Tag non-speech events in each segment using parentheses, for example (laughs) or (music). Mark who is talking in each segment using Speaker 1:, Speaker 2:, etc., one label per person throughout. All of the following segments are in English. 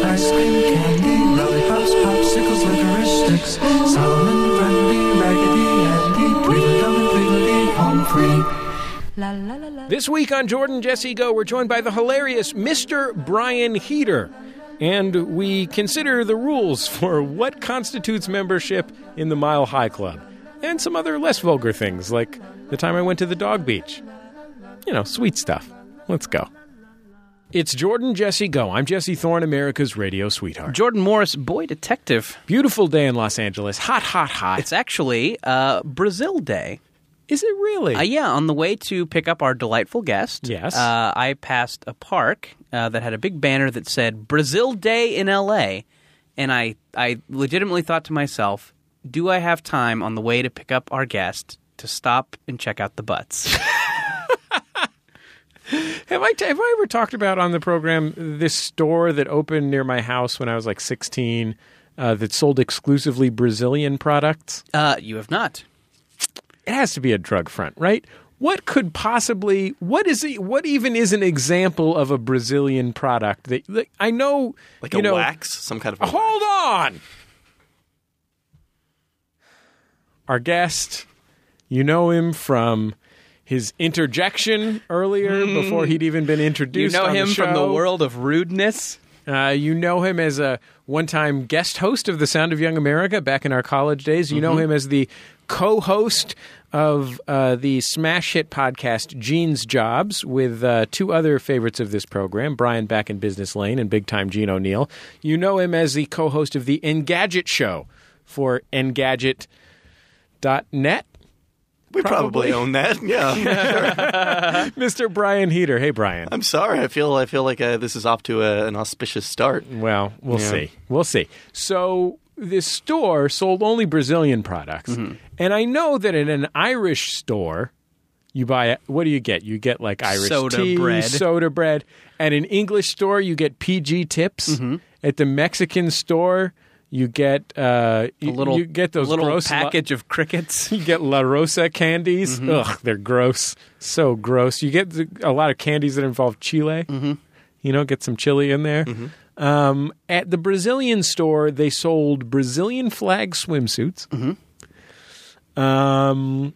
Speaker 1: ice cream, candy, lollipops, popsicles, licorice sticks, Solomon, Grundy, Raggedy Andy, Tweedledum and Tweedledee, home free.
Speaker 2: La la la la.
Speaker 3: This week on Jordan Jesse Go, we're joined by the hilarious Mr. Brian Heater. And we consider the rules for what constitutes membership in the Mile High Club and some other less vulgar things, like the time I went to the dog beach. You know, sweet stuff. Let's go. It's Jordan Jesse Go. I'm Jesse Thorne, America's radio sweetheart.
Speaker 4: Jordan Morris, boy detective.
Speaker 3: Beautiful day in Los Angeles. Hot, hot, hot.
Speaker 4: It's actually uh, Brazil Day.
Speaker 3: Is it really?
Speaker 4: Uh, yeah, on the way to pick up our delightful guest,
Speaker 3: Yes.
Speaker 4: uh, I passed a park uh, that had a big banner that said "Brazil Day in L.A." And I, I legitimately thought to myself, "Do I have time on the way to pick up our guest to stop and check out the butts?" (laughs)
Speaker 3: Have I, have I ever talked about on the program this store that opened near my house when I was like 16 uh, that sold exclusively Brazilian products?
Speaker 4: uh, you have not.
Speaker 3: It has to be a drug front, right? What could possibly what is e- what even is an example of a Brazilian product that like, I know
Speaker 5: Like
Speaker 3: you
Speaker 5: a
Speaker 3: know,
Speaker 5: wax, some
Speaker 4: (laughs)
Speaker 5: kind of.
Speaker 3: Hold on. Our guest, you know him from his interjection earlier before he'd even been
Speaker 4: Hmm. You
Speaker 3: introduced.
Speaker 4: know
Speaker 3: on
Speaker 4: him from the
Speaker 3: show.
Speaker 4: world of rudeness.
Speaker 3: Uh, you know him as a one time guest host of The Sound of Young America back in our college days. You know him as the co host of uh, the smash hit podcast Gene's Jobs with uh, two other favorites of this program, Brian Back in Business Lane and Big Time Gene O'Neill. You know him as the co host of The Engadget Show for Engadget.net. (laughs)
Speaker 5: we probably, own that. Yeah.
Speaker 3: Mr. Brian Heater. Hey, Brian.
Speaker 5: (laughs) I'm sorry. I feel. I feel like uh, this is off to a, an auspicious start.
Speaker 3: Well, we'll
Speaker 5: Yeah.
Speaker 3: see. We'll see. So this store sold only Brazilian products,
Speaker 4: Mm-hmm.
Speaker 3: and I know that in an Irish store, you buy what do you get? You get like Irish
Speaker 4: Soda
Speaker 3: tea,
Speaker 4: bread.
Speaker 3: soda bread. At an English store, you get PG tips.
Speaker 4: Mm-hmm.
Speaker 3: At the Mexican store, you get uh, you,
Speaker 4: A little
Speaker 3: you get those
Speaker 4: little
Speaker 3: gross lo-
Speaker 4: package of crickets.
Speaker 3: (laughs) you get La Rosa candies. Ugh, they're gross. So gross. You get the- a lot of candies that involve chile. You know, get some chili in there. Um, at the Brazilian store, they sold Brazilian flag swimsuits. Um,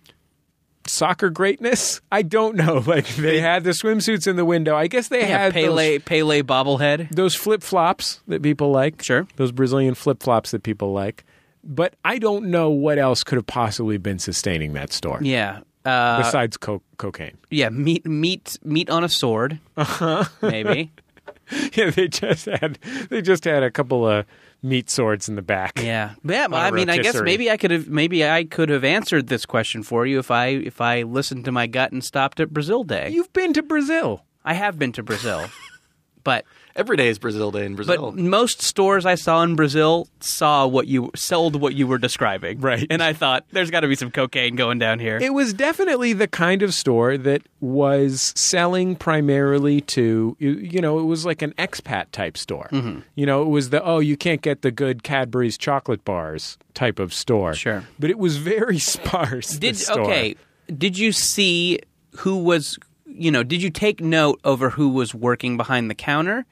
Speaker 3: soccer greatness. I don't know. (laughs) Like they had the swimsuits in the window. I guess they
Speaker 4: Yeah,
Speaker 3: had those-
Speaker 4: Pele Pele bobblehead.
Speaker 3: those flip flops that people like.
Speaker 4: Sure.
Speaker 3: Those Brazilian flip flops that people like. But I don't know what else could have possibly been sustaining that store
Speaker 4: Yeah. Uh,
Speaker 3: besides co- cocaine. (laughs)
Speaker 4: yeah, meat, meat, meat on a sword.
Speaker 3: Uh-huh.
Speaker 4: Maybe.
Speaker 3: yeah, they just had they just had a couple of meat swords in the back.
Speaker 4: Yeah. Yeah. Well, I
Speaker 3: a
Speaker 4: mean, I guess
Speaker 3: rotisserie.
Speaker 4: maybe I could have, maybe I could have answered this question for you if I, if I listened to my gut and stopped at Brazil Day.
Speaker 3: You've been to Brazil.
Speaker 4: I have been to
Speaker 3: (laughs)
Speaker 4: Brazil, but
Speaker 5: Every day is Brazil Day in
Speaker 4: but
Speaker 5: Brazil.
Speaker 4: most stores I saw in Brazil saw what you sold what you were describing,
Speaker 3: Right.
Speaker 4: And I thought there's got to be some cocaine going down here.
Speaker 3: It was definitely the kind of store that was selling primarily to you, you know, it was like an expat type store.
Speaker 4: Mm-hmm.
Speaker 3: You know, it was the oh, you can't get the good Cadbury's chocolate bars type of store.
Speaker 4: Sure.
Speaker 3: But it was very (laughs) sparse. the
Speaker 4: did
Speaker 3: store.
Speaker 4: okay? Did you see who was you know? Did you take note over who was working behind the counter?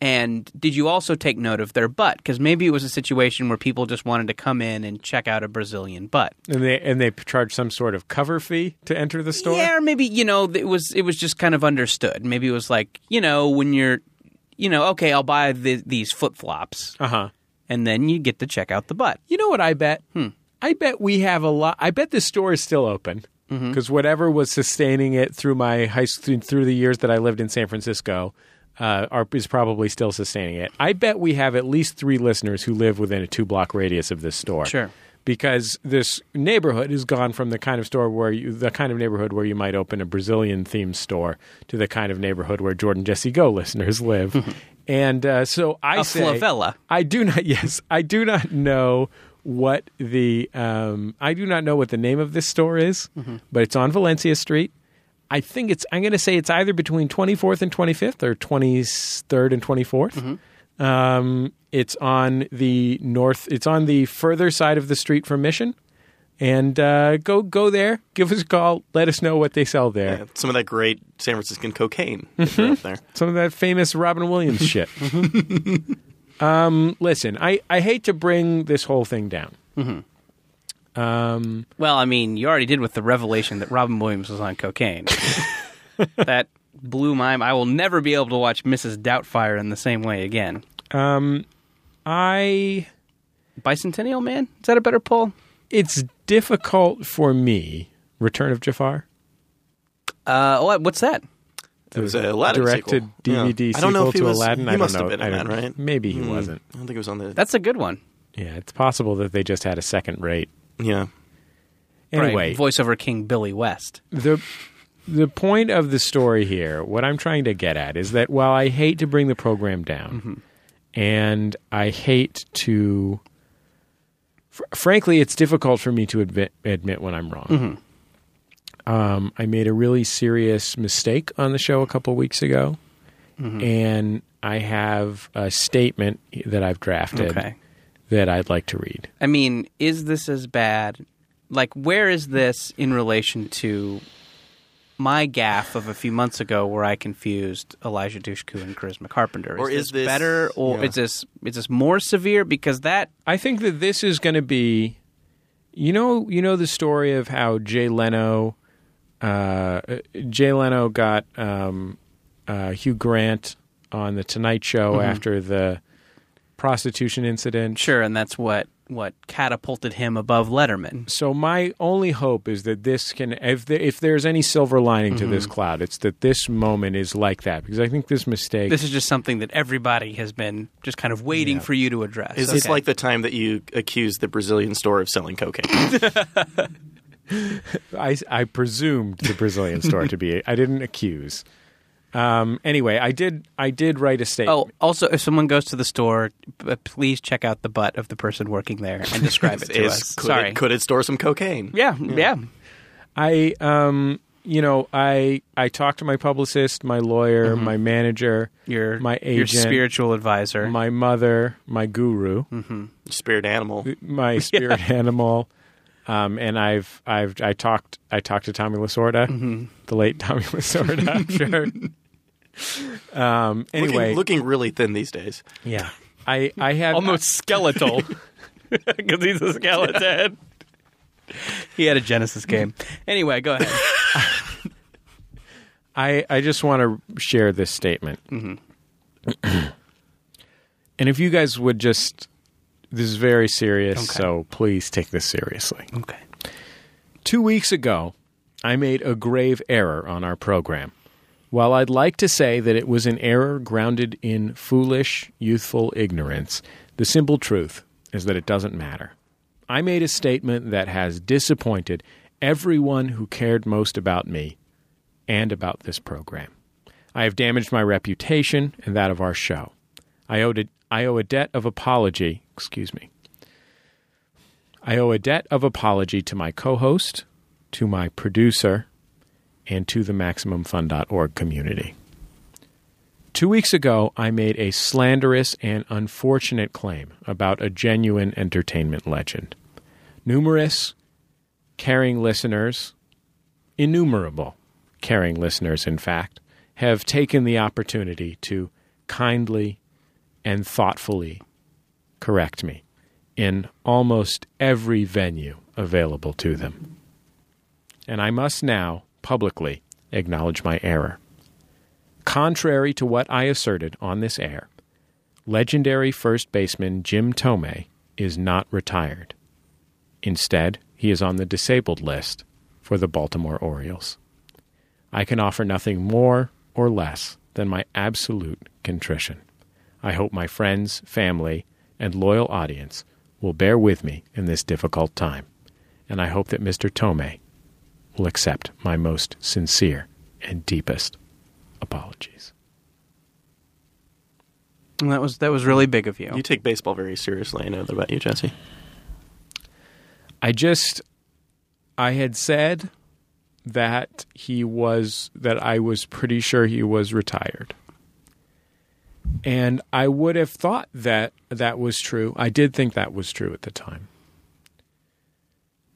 Speaker 4: And did you also take note of their butt? Because maybe it was a situation where people just wanted to come in and check out a Brazilian butt.
Speaker 3: And they and they charge some sort of cover fee to enter the store.
Speaker 4: Yeah, or maybe you know it was it was just kind of understood. Maybe it was like you know when you're, you know, okay, I'll buy the, these flip flops,
Speaker 3: Uh huh.
Speaker 4: and then you get to check out the butt.
Speaker 3: You know what I bet? I bet we have a lot. I bet this store is still open because whatever was sustaining it through my high school through the years that I lived in San Francisco uh, are, is probably still sustaining it. I bet we have at least three listeners who live within a two block radius of this store.
Speaker 4: Sure.
Speaker 3: Because this neighborhood has gone from the kind of store where you, the kind of neighborhood where you might open a Brazilian themed store to the kind of neighborhood where Jordan Jesse Go listeners live, and uh, so I
Speaker 4: A
Speaker 3: say
Speaker 4: flavella.
Speaker 3: I do not. (laughs) Yes, I do not know what
Speaker 4: Mm-hmm.
Speaker 3: the um, I do not know what the name of this store is, but it's on Valencia Street. I think it's, I'm going to say it's either between 24th and 25th or 23rd and 24th.
Speaker 4: Mm-hmm.
Speaker 3: Um, it's on the north, it's on the further side of the street from Mission. And uh, go go there. Give us a call. Let us know what they sell there.
Speaker 5: Yeah, some of that great San Franciscan cocaine if
Speaker 3: Mm-hmm.
Speaker 5: you're up there.
Speaker 3: some of that famous Robin Williams shit. um, listen, I, I hate to bring this whole thing down.
Speaker 4: Well, I mean, you already did with the revelation that Robin Williams was on cocaine. that blew my I will never be able to watch Mrs. Doubtfire in the same way again.
Speaker 3: Um, I
Speaker 4: Bicentennial Man? Is that a better poll?
Speaker 3: it's difficult for me. Return of Jafar,
Speaker 4: Uh, what, what's that?
Speaker 5: It was a Aladdin
Speaker 3: directed
Speaker 5: sequel.
Speaker 3: DVD
Speaker 5: Yeah. I
Speaker 3: sequel
Speaker 5: don't know if he
Speaker 3: to
Speaker 5: was,
Speaker 3: Aladdin.
Speaker 5: He
Speaker 3: I don't
Speaker 5: must
Speaker 3: know.
Speaker 5: have been
Speaker 3: I
Speaker 5: in
Speaker 3: don't-
Speaker 5: that, right?
Speaker 3: Maybe he
Speaker 5: Hmm.
Speaker 3: wasn't.
Speaker 5: I don't think it was on the.
Speaker 4: That's a good one.
Speaker 3: Yeah, it's possible that they just had a second rate.
Speaker 5: yeah.
Speaker 4: Right.
Speaker 3: Anyway,
Speaker 4: Voiceover King Billy West.
Speaker 3: the the point of the story here, what I'm trying to get at is that while I hate to bring the program down, and I hate to, fr- frankly, it's difficult for me to admit admit when I'm wrong. Um, I made a really serious mistake on the show a couple weeks ago, and I have a statement that I've drafted
Speaker 4: Okay.
Speaker 3: that I'd like to read.
Speaker 4: I mean, is this as bad? Like, where is this in relation to my gaff of a few months ago, where I confused Elijah Dushku and Charisma Carpenter?
Speaker 5: Or is this-
Speaker 4: better, or
Speaker 5: yeah.
Speaker 4: is this is this more severe? Because that
Speaker 3: I think that this is going to be, you know, you know the story of how Jay Leno, uh, Jay Leno got um, uh, Hugh Grant on the Tonight Show
Speaker 4: Mm-hmm.
Speaker 3: after the prostitution incident.
Speaker 4: sure, and that's what what catapulted him above Letterman.
Speaker 3: So my only hope is that this can, if there, if there's any silver lining to
Speaker 4: Mm-hmm.
Speaker 3: this cloud, it's that this moment is like that because I think this mistake.
Speaker 4: This is just something that everybody has been just kind of waiting for you to address.
Speaker 5: Is this
Speaker 4: Okay.
Speaker 5: like the time that you accused the Brazilian store of
Speaker 3: (laughs)
Speaker 5: selling cocaine?
Speaker 3: I, I presumed the Brazilian store to be. I didn't accuse. Um, anyway, I did. I did write a statement.
Speaker 4: Oh, also, if someone goes to the store, p- please check out the butt of the person working there and
Speaker 5: (laughs)
Speaker 4: describe it to
Speaker 5: Is-
Speaker 4: us.
Speaker 5: could,
Speaker 4: Sorry.
Speaker 5: It, could it store some cocaine?
Speaker 4: yeah, yeah.
Speaker 3: I um you know I I talked to my publicist, my lawyer, my manager,
Speaker 4: Mm-hmm. Your
Speaker 3: my
Speaker 4: your
Speaker 3: agent,
Speaker 4: spiritual advisor.
Speaker 3: my mother, my guru,
Speaker 4: Mm-hmm.
Speaker 5: Spirit animal.
Speaker 4: (laughs)
Speaker 3: my spirit animal. Um, and I've I've I talked I talked to Tommy Lasorda,
Speaker 4: Mm-hmm.
Speaker 3: the late Tommy Lasorda. sure.
Speaker 4: (laughs)
Speaker 3: Um. Anyway,
Speaker 5: Looking, looking really thin these days.
Speaker 3: yeah. I I have
Speaker 4: skeletal. (laughs) Because he's a skeleton. he had a Genesis game. Anyway, go ahead.
Speaker 3: I, I just want to share this statement. and if you guys would just, this is very serious, so please take this seriously.
Speaker 4: (laughs) okay.
Speaker 3: Two weeks ago, I made a grave error on our program. While I'd like to say that it was an error grounded in foolish, youthful ignorance, the simple truth is that it doesn't matter. I made a statement that has disappointed everyone who cared most about me and about this program. I have damaged my reputation and that of our show. I, owed a, I owe a debt of apology, excuse me, I owe a debt of apology to my co host, to my producer, and to the MaximumFun.org community. Two weeks ago, I made a slanderous and unfortunate claim about a genuine entertainment legend. Numerous caring listeners, innumerable caring listeners, in fact, have taken the opportunity to kindly and thoughtfully correct me in almost every venue available to them. And I must now publicly acknowledge my error. Contrary to what I asserted on this air, legendary first baseman Jim Tomei is not retired. Instead, he is on the disabled list for the Baltimore Orioles. I can offer nothing more or less than my absolute contrition. I hope my friends, family, and loyal audience will bear with me in this difficult time, and I hope that Mr. Tomei will accept my most sincere and deepest apologies.
Speaker 4: Well, that was that was really big of you.
Speaker 5: You take baseball very seriously. I know that about you, Jesse.
Speaker 3: I just, I had said that he was that I was pretty sure he was retired. And I would have thought that that was true. I did think that was true at the time.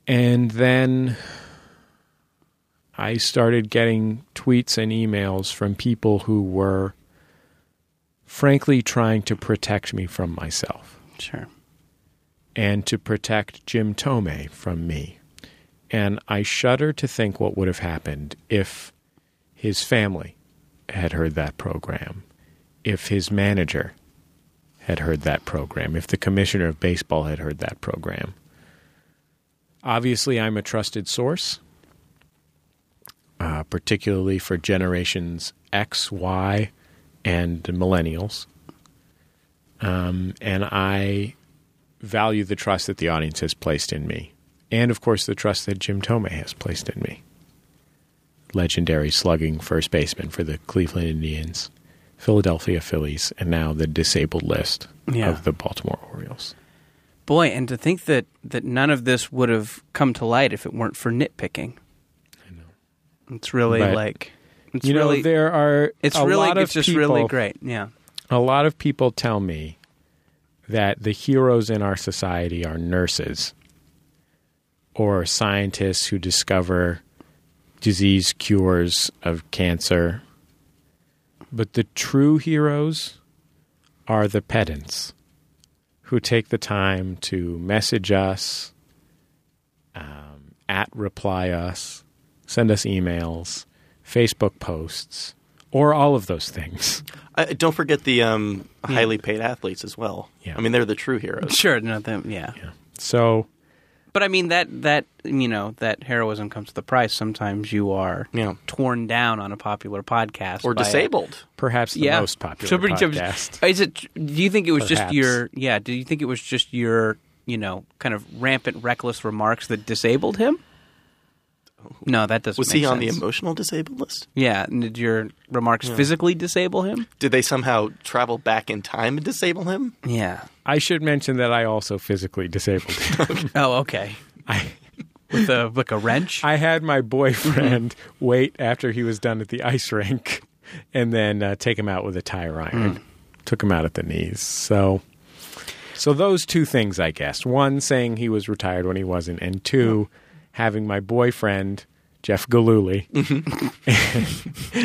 Speaker 3: And then I started getting tweets and emails from people who were frankly trying to protect me from myself
Speaker 4: Sure.
Speaker 3: and to protect Jim Tomei from me. And I shudder to think what would have happened if his family had heard that program, if his manager had heard that program, if the commissioner of baseball had heard that program. Obviously, I'm a trusted source, uh, particularly for generations X, Y, and millennials. Um, and I value the trust that the audience has placed in me, and of course the trust that Jim Tomei has placed in me. Legendary slugging first baseman for the Cleveland Indians, Philadelphia Phillies, and now the disabled list
Speaker 4: Yeah.
Speaker 3: of the Baltimore Orioles.
Speaker 4: Boy, and to think that that none of this would have come to light if it weren't for nitpicking. I know. It's really
Speaker 3: But,
Speaker 4: like it's
Speaker 3: you
Speaker 4: really
Speaker 3: know, there are
Speaker 4: it's
Speaker 3: a
Speaker 4: really
Speaker 3: lot of
Speaker 4: it's just
Speaker 3: people,
Speaker 4: really great. Yeah.
Speaker 3: A lot of people tell me that the heroes in our society are nurses or scientists who discover disease cures of cancer. But the true heroes are the pedants who take the time to message us, um, at reply us, send us emails, Facebook posts, or all of those things. (laughs)
Speaker 5: I, don't forget the um, highly paid athletes as well.
Speaker 3: Yeah.
Speaker 5: I mean, they're the true heroes.
Speaker 4: Sure, no, them, yeah.
Speaker 3: So
Speaker 4: But I mean that that you know, that heroism comes with a price. Sometimes you are
Speaker 5: Yeah.
Speaker 4: torn down on a popular podcast
Speaker 5: Or
Speaker 4: by a-
Speaker 5: disabled.
Speaker 3: perhaps the most popular
Speaker 4: So pretty-
Speaker 3: podcast.
Speaker 4: Is it? Do you think it was just
Speaker 3: Perhaps.
Speaker 4: your? Yeah. Do you think it was just your? You know, kind of rampant, reckless remarks that disabled him. No, that doesn't.
Speaker 5: Was
Speaker 4: make
Speaker 5: he on the
Speaker 4: sense.
Speaker 5: emotional disabled list?
Speaker 4: Yeah. and Did your remarks physically disable him?
Speaker 5: Did they somehow travel back in time and disable him?
Speaker 4: Yeah.
Speaker 3: I should mention that I also physically disabled him. (laughs)
Speaker 4: Oh, okay.
Speaker 3: I,
Speaker 4: With a like a wrench.
Speaker 3: I had my boyfriend wait after he was done at the ice rink and then uh, take him out with a tire iron. Took him out at the knees. So so those two things I guess. One saying he was retired when he wasn't and two having my boyfriend Jeff Galooly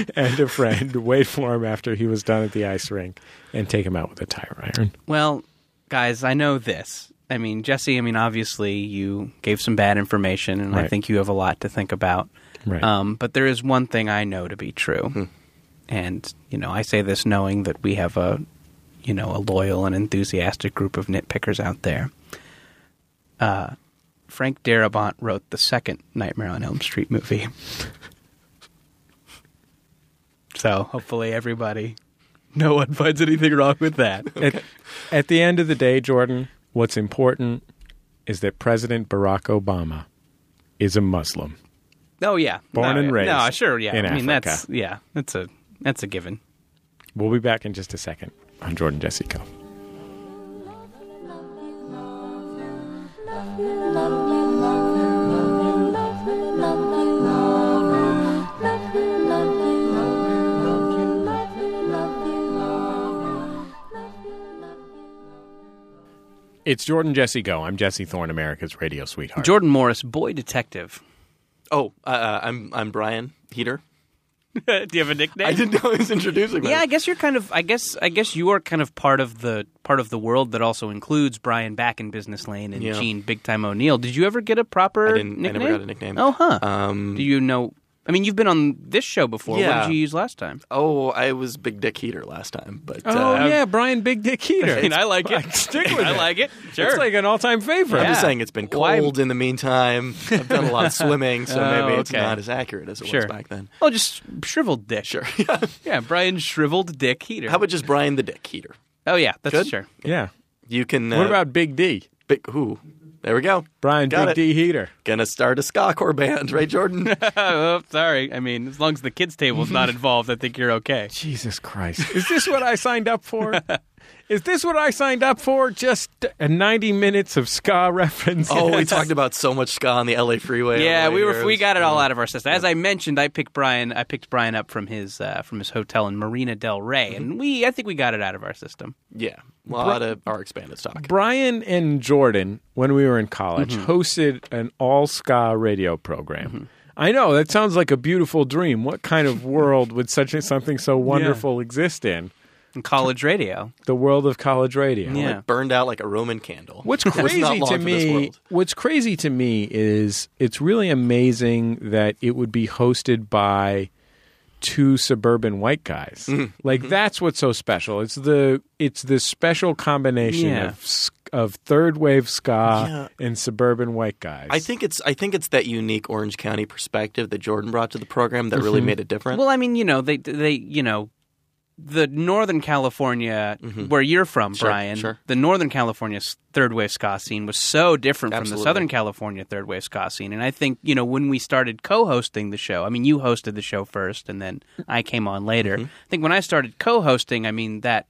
Speaker 3: (laughs) and a friend wait for him after he was done at the ice rink and take him out with a tire iron.
Speaker 4: Well, guys, I know this. I mean, Jesse, I mean, obviously you gave some bad information, and I
Speaker 3: Right.
Speaker 4: think you have a lot to think about.
Speaker 3: Right.
Speaker 4: Um, but there is one thing I know to be true. And, you know, I say this knowing that we have a, you know, a loyal and enthusiastic group of nitpickers out there. Uh, Frank Darabont wrote the second Nightmare on Elm Street movie. (laughs) so hopefully everybody, no one finds anything wrong with that.
Speaker 3: at, at the end of the day, Jordan, what's important is that President Barack Obama is a Muslim.
Speaker 4: Oh yeah,
Speaker 3: Born
Speaker 4: no,
Speaker 3: and raised
Speaker 4: No, sure, yeah.
Speaker 3: in
Speaker 4: I mean,
Speaker 3: Africa.
Speaker 4: that's yeah, that's a that's a given.
Speaker 3: We'll be back in just a second. I'm Jordan Jessico. It's Jordan Jesse Go. I'm Jesse Thorne, America's radio sweetheart.
Speaker 4: Jordan Morris, boy detective.
Speaker 5: Oh, uh, uh, I'm I'm Brian Heater.
Speaker 4: (laughs) Do you have a nickname?
Speaker 5: I didn't know I was introducing.
Speaker 4: Yeah, I
Speaker 5: myself.
Speaker 4: guess you're kind of. I guess I guess you are kind of part of the part of the world that also includes Brian back in Business Lane and
Speaker 5: Yeah.
Speaker 4: Gene Big Time O'Neill. Did you ever get a proper
Speaker 5: I didn't- I
Speaker 4: nickname?
Speaker 5: never got a nickname.
Speaker 4: Oh, huh.
Speaker 5: Um,
Speaker 4: Do you know? I mean, you've been on this show before. What
Speaker 5: Yeah.
Speaker 4: did you use last
Speaker 5: (laughs)
Speaker 4: time?
Speaker 5: Oh, I was Big Dick Heater last time, but
Speaker 3: Oh
Speaker 5: uh,
Speaker 3: yeah, Brian Big Dick Heater.
Speaker 4: (laughs) I mean, I like
Speaker 5: (laughs)
Speaker 4: it.
Speaker 3: Stick with
Speaker 4: I
Speaker 3: it.
Speaker 4: like it. Sure.
Speaker 3: It's like an all-time favorite.
Speaker 5: I'm
Speaker 4: Yeah.
Speaker 5: just saying it's been
Speaker 4: Why-
Speaker 5: cold in the meantime. I've done a lot of swimming, (laughs) so
Speaker 4: Oh,
Speaker 5: maybe it's
Speaker 4: okay.
Speaker 5: not as accurate as it
Speaker 4: Sure.
Speaker 5: was back then. (laughs)
Speaker 4: oh, just shriveled dick. Sure. yeah, Brian shriveled dick heater.
Speaker 5: How about just Brian the Dick Heater?
Speaker 4: Oh yeah, that's
Speaker 5: Good?
Speaker 4: sure.
Speaker 3: Yeah.
Speaker 5: You can. Uh,
Speaker 3: What about Big D?
Speaker 5: Big, who? There we go.
Speaker 3: Brian
Speaker 5: Got
Speaker 3: Big
Speaker 5: it.
Speaker 3: D Heater.
Speaker 5: Gonna start a ska core band,
Speaker 4: (laughs)
Speaker 5: right, Jordan?
Speaker 4: Oh, sorry. I mean, as (laughs) long as the kids' table's not involved, I think you're okay.
Speaker 3: Jesus Christ. Is this what I signed up for? Is this what I signed up for? Just uh, 90 minutes of ska (laughs) reference.
Speaker 5: Oh, we talked about so much ska on the LA freeway.
Speaker 4: Yeah,
Speaker 5: on the
Speaker 4: we
Speaker 5: way
Speaker 4: were
Speaker 5: here.
Speaker 4: we got it all out of our system. As I mentioned, I picked Brian. I picked Brian up from his uh, from his hotel in Marina Del
Speaker 5: Mm-hmm.
Speaker 4: Rey, and we I think we got it out of our system.
Speaker 5: Yeah, a lot of our expanded stock.
Speaker 3: (laughs) Brian and Jordan, when we were in college, hosted an all ska radio program. I know that sounds like a beautiful dream. What kind of world would such a, something so wonderful exist in?
Speaker 4: In college radio,
Speaker 3: The world of college radio.
Speaker 4: Yeah.
Speaker 5: Like burned out like a Roman candle. (laughs)
Speaker 3: What's
Speaker 5: It was not
Speaker 3: crazy
Speaker 5: long
Speaker 3: to
Speaker 5: for this
Speaker 3: me,
Speaker 5: world.
Speaker 3: what's crazy to me is it's really amazing that it would be hosted by two suburban white guys.
Speaker 5: Mm-hmm.
Speaker 3: Like that's what's so special. It's the it's the special combination
Speaker 4: Yeah.
Speaker 3: of s- of third wave ska and suburban white guys.
Speaker 5: I think it's I think it's that unique Orange County perspective that Jordan brought to the program that really made it different.
Speaker 4: Mm-hmm. well, I mean, you know, they they you know, the Northern California where you're from,
Speaker 5: Mm-hmm. Sure,
Speaker 4: Brian.
Speaker 5: sure.
Speaker 4: The Northern California's third wave ska scene was so different from the
Speaker 5: Absolutely.
Speaker 4: Southern California third wave ska scene, and I think you know when we started co-hosting the show. I mean, you hosted the show first, and then I came on later.
Speaker 5: Mm-hmm.
Speaker 4: I think when I started co-hosting, I mean that.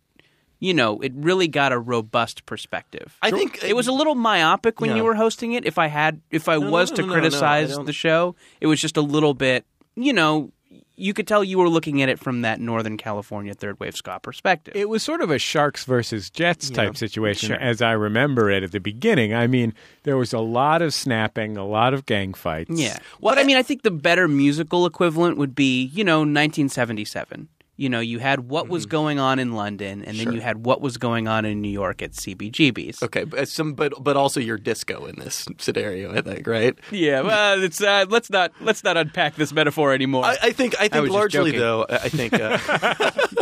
Speaker 4: You know, it really got a robust perspective.
Speaker 5: I think uh,
Speaker 4: it was a little myopic when you
Speaker 5: Yeah.
Speaker 4: were hosting it. If I had, if I
Speaker 5: no,
Speaker 4: was
Speaker 5: no,
Speaker 4: to
Speaker 5: no, no, no, I
Speaker 4: criticize
Speaker 5: don't-
Speaker 4: the show, it was just a little bit. You know, you could tell you were looking at it from that Northern California third wave ska perspective.
Speaker 3: It was sort of a sharks versus jets type situation,
Speaker 4: Sure.
Speaker 3: as I remember it at the beginning. I mean, there was a lot of snapping, a lot of gang fights.
Speaker 4: yeah. Well, I mean, I think the better musical equivalent would be, you know, 1977. You know, you had what was going on in London, and then you had what was going on in New York at CBGB's.
Speaker 5: okay, but some but but also your disco in this scenario. I think right.
Speaker 4: Yeah, well, it's uh, let's not let's not unpack this metaphor anymore.
Speaker 5: I, I think I
Speaker 4: was just
Speaker 5: think largely
Speaker 4: joking.
Speaker 5: though. I I
Speaker 4: (laughs)
Speaker 5: think uh,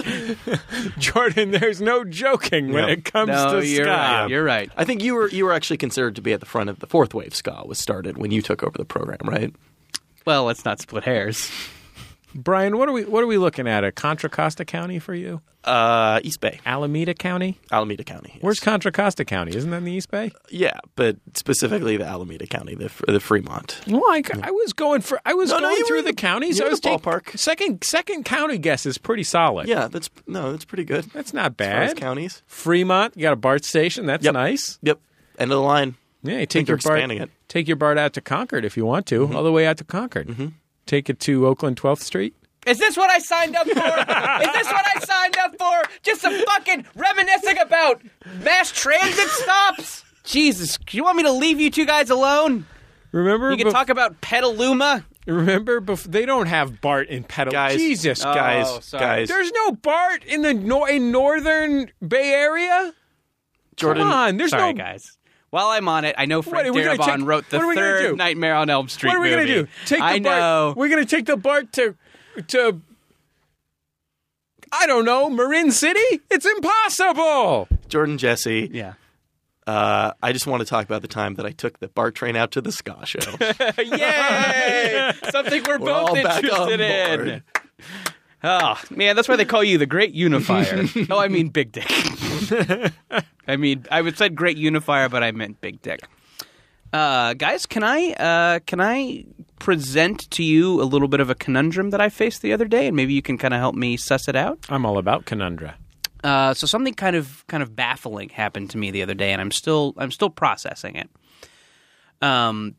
Speaker 3: (laughs) Jordan, there's no joking when
Speaker 5: No.
Speaker 3: it comes
Speaker 4: no,
Speaker 3: to
Speaker 4: you're
Speaker 3: ska.
Speaker 4: right. You're right.
Speaker 5: I think you were you were actually considered to be at the front of the fourth wave ska was started when you took over the program, right?
Speaker 4: Well, let's not split hairs.
Speaker 3: Brian, what are we what are we looking at? A Contra Costa County for you?
Speaker 5: Uh, East Bay,
Speaker 3: Alameda County?
Speaker 5: Alameda County. yes.
Speaker 3: Where's Contra Costa County? Isn't that in the East Bay?
Speaker 5: yeah, but specifically the Alameda County, the the Fremont.
Speaker 3: Well, I, I was going for I was
Speaker 5: No, no,
Speaker 3: going
Speaker 5: you were
Speaker 3: through
Speaker 5: in
Speaker 3: the
Speaker 5: the-
Speaker 3: counties.
Speaker 5: you were
Speaker 3: I
Speaker 5: in
Speaker 3: was
Speaker 5: the
Speaker 3: taking-
Speaker 5: ballpark.
Speaker 3: Second second county guess is pretty solid.
Speaker 5: Yeah, that's no, that's pretty good.
Speaker 3: That's not
Speaker 5: As far as
Speaker 3: bad.
Speaker 5: counties.
Speaker 3: Fremont, you got a BART station. That's
Speaker 5: Yep.
Speaker 3: nice.
Speaker 5: Yep, end of the line.
Speaker 3: Yeah, you take
Speaker 5: think
Speaker 3: your
Speaker 5: they're
Speaker 3: BART,
Speaker 5: expanding it. Mm-hmm.
Speaker 3: take your BART out to Concord if you want to, all the way out to Concord. Take it to Oakland 12th Street.
Speaker 4: Is this what I signed up for? Is this what I signed up for? Just some fucking reminiscing about mass transit stops? Jesus, do you want me to leave you two guys alone?
Speaker 3: Remember,
Speaker 4: You can
Speaker 3: bef-
Speaker 4: talk about Petaluma.
Speaker 3: remember, bef- they don't have BART in Petaluma.
Speaker 5: Guys,
Speaker 3: Jesus,
Speaker 4: Oh,
Speaker 3: guys,
Speaker 5: guys,
Speaker 4: sorry.
Speaker 5: guys.
Speaker 3: there's no BART in the nor- in northern Bay Area.
Speaker 5: Jordan,
Speaker 3: Come on, there's no
Speaker 4: Sorry, guys. While I'm on it, I know Frank
Speaker 3: are we gonna
Speaker 4: Darabont
Speaker 3: take-
Speaker 4: wrote the
Speaker 3: what are we gonna do?
Speaker 4: third Nightmare on Elm Street
Speaker 3: What are we
Speaker 4: movie.
Speaker 3: gonna do? Take the
Speaker 4: I
Speaker 3: BART.
Speaker 4: know.
Speaker 3: We're gonna take the BART to to. I don't know, Marin City. It's impossible.
Speaker 5: Jordan, Jesse.
Speaker 4: yeah.
Speaker 5: Uh, I just want to talk about the time that I took the BART train out to the
Speaker 4: (laughs)
Speaker 5: ska show.
Speaker 3: (laughs)
Speaker 4: Yay! Something we're,
Speaker 5: We're
Speaker 4: both
Speaker 5: all back
Speaker 4: interested
Speaker 5: on board.
Speaker 4: in. Oh, man, that's why they call you the Great Unifier. no, I mean Big Dick. I mean, I would said Great Unifier, but I meant Big Dick. Uh, guys, can I uh, can I present to you a little bit of a conundrum that I faced the other day, and maybe you can kind of help me suss it out?
Speaker 3: I'm all about Conundra.
Speaker 4: Uh, so something kind of kind of baffling happened to me the other day, and I'm still I'm still processing it. Um,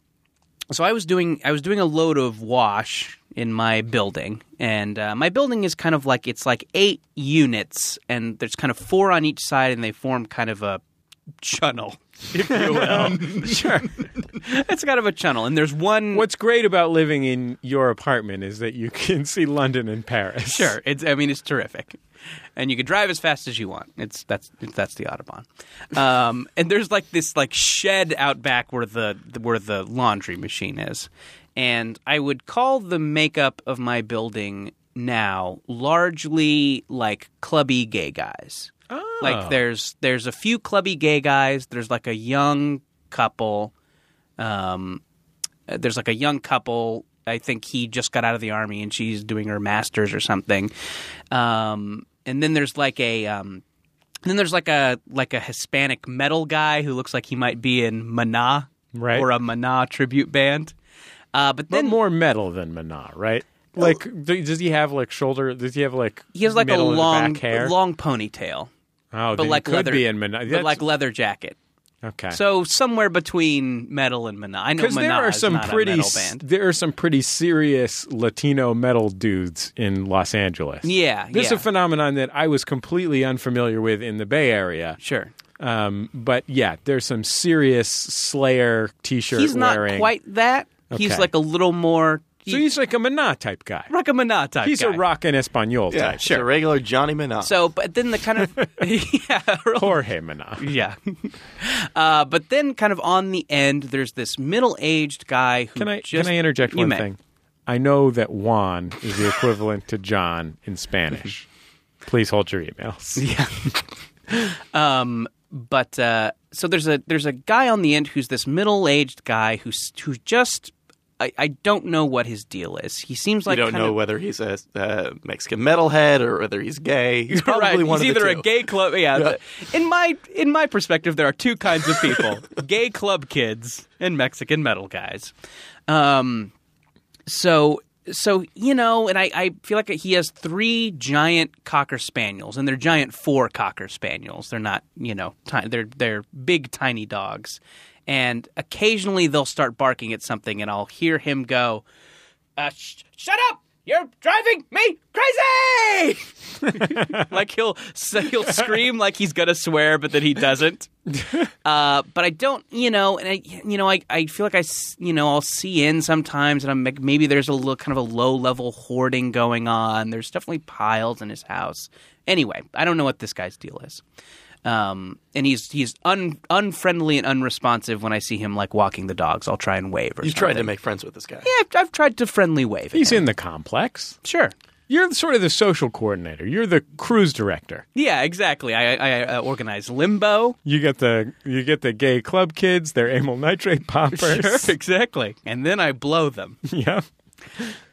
Speaker 4: so I was doing I was doing a load of wash in my building, and uh, my building is kind of like it's like eight units, and there's kind of four on each side, and they form kind of a channel, if you will. sure, (laughs) it's kind of a channel, and there's one.
Speaker 3: What's great about living in your apartment is that you (laughs) can see London and Paris.
Speaker 4: (laughs) Sure, it's. I mean, it's terrific, and you can drive as fast as you want. It's that's that's the Audubon, um, and there's like this like shed out back where the where the laundry machine is, and I would call the makeup of my building now largely like clubby gay guys. Like there's there's a few clubby gay guys. There's like a young couple. Um, uh, there's like a young couple. I think he just got out of the army and she's doing her masters or something. Um, and then there's like a um, then there's like a like a Hispanic metal guy who looks like he might be in Maná
Speaker 3: Right.
Speaker 4: or a Maná tribute band. Uh, but
Speaker 3: But
Speaker 4: then Oh.
Speaker 3: more metal than Mana, right? Like, th- does he have like shoulder? Does he have like
Speaker 4: he has like a
Speaker 3: middle and
Speaker 4: long
Speaker 3: back hair?
Speaker 4: long ponytail.
Speaker 3: Oh,
Speaker 4: but
Speaker 3: then
Speaker 4: like
Speaker 3: it could
Speaker 4: leather,
Speaker 3: be in Minaj.
Speaker 4: but like leather jacket.
Speaker 3: okay.
Speaker 4: So somewhere between metal and Minaj. I know
Speaker 3: because
Speaker 4: Minaj
Speaker 3: there are
Speaker 4: is
Speaker 3: some
Speaker 4: not a
Speaker 3: pretty
Speaker 4: metal
Speaker 3: s-
Speaker 4: band.
Speaker 3: there are some pretty serious Latino metal dudes in Los Angeles.
Speaker 4: Yeah,
Speaker 3: this is
Speaker 4: yeah.
Speaker 3: a phenomenon that I was completely unfamiliar with in the Bay Area.
Speaker 4: Sure.
Speaker 3: Um, but yeah, there's some serious Slayer T-shirt
Speaker 4: he's not
Speaker 3: wearing.
Speaker 4: quite that. He's
Speaker 3: Okay.
Speaker 4: like a little more.
Speaker 3: So he's like a Maná type guy.
Speaker 4: like a Minaj type.
Speaker 3: He's
Speaker 4: guy.
Speaker 3: a rock and Espanol
Speaker 5: Yeah,
Speaker 3: type.
Speaker 5: sure. a regular Johnny Minaj.
Speaker 4: So, but then the
Speaker 3: (laughs)
Speaker 4: kind of yeah, real-
Speaker 3: Jorge Maná.
Speaker 4: yeah. (laughs) Uh, but then, kind of on the end, there's this middle-aged guy who
Speaker 3: Can I
Speaker 4: just,
Speaker 3: can I interject
Speaker 4: you
Speaker 3: one
Speaker 4: may.
Speaker 3: thing? I know that Juan is the equivalent to John in
Speaker 4: (laughs)
Speaker 3: Spanish. Please hold your emails.
Speaker 4: Yeah. um, but uh, so there's a there's a guy on the end who's this middle aged guy who's who just I, I don't know what his deal is. He seems
Speaker 5: you
Speaker 4: like
Speaker 5: don't
Speaker 4: kind
Speaker 5: know
Speaker 4: of,
Speaker 5: whether he's a uh, Mexican metalhead or whether
Speaker 4: (laughs)
Speaker 5: he's gay. He's probably
Speaker 4: right.
Speaker 5: one
Speaker 4: he's
Speaker 5: of the
Speaker 4: either
Speaker 5: two.
Speaker 4: a gay club. Yeah, the- in my in my perspective, there are two kinds of
Speaker 5: (laughs)
Speaker 4: people: gay club kids and Mexican metal guys. Um, so so you know, and I, I feel like he has three giant cocker spaniels, and they're giant four cocker spaniels. They're not you know ti- they're they're big tiny dogs, and occasionally they'll start barking at something, and I'll hear him go, uh, sh- "Shut up! You're driving me crazy!" (laughs) like he'll so he'll scream like he's gonna swear, but then he doesn't. Uh, but I don't, you know, and I, you know, I, I feel like I, s- you know, I'll see in sometimes, and I'm like, maybe there's a little kind of a low level hoarding going on. There's definitely piles in his house. Anyway, I don't know what this guy's deal is. Um, and he's he's un, unfriendly and unresponsive when I see him like walking the dogs. I'll try and wave. Or
Speaker 5: You've tried to make friends with this guy.
Speaker 4: Yeah, I've, I've tried to friendly wave. at
Speaker 3: He's
Speaker 4: him.
Speaker 3: in the complex.
Speaker 4: Sure.
Speaker 3: You're sort of the social coordinator. You're the cruise director.
Speaker 4: Yeah, exactly. I, I, I uh, organize limbo.
Speaker 3: You get the you get the gay club kids, their amyl
Speaker 4: (laughs)
Speaker 3: nitrate poppers. (laughs)
Speaker 4: Sure, exactly. And then I blow
Speaker 5: (laughs)
Speaker 4: them
Speaker 3: yeah.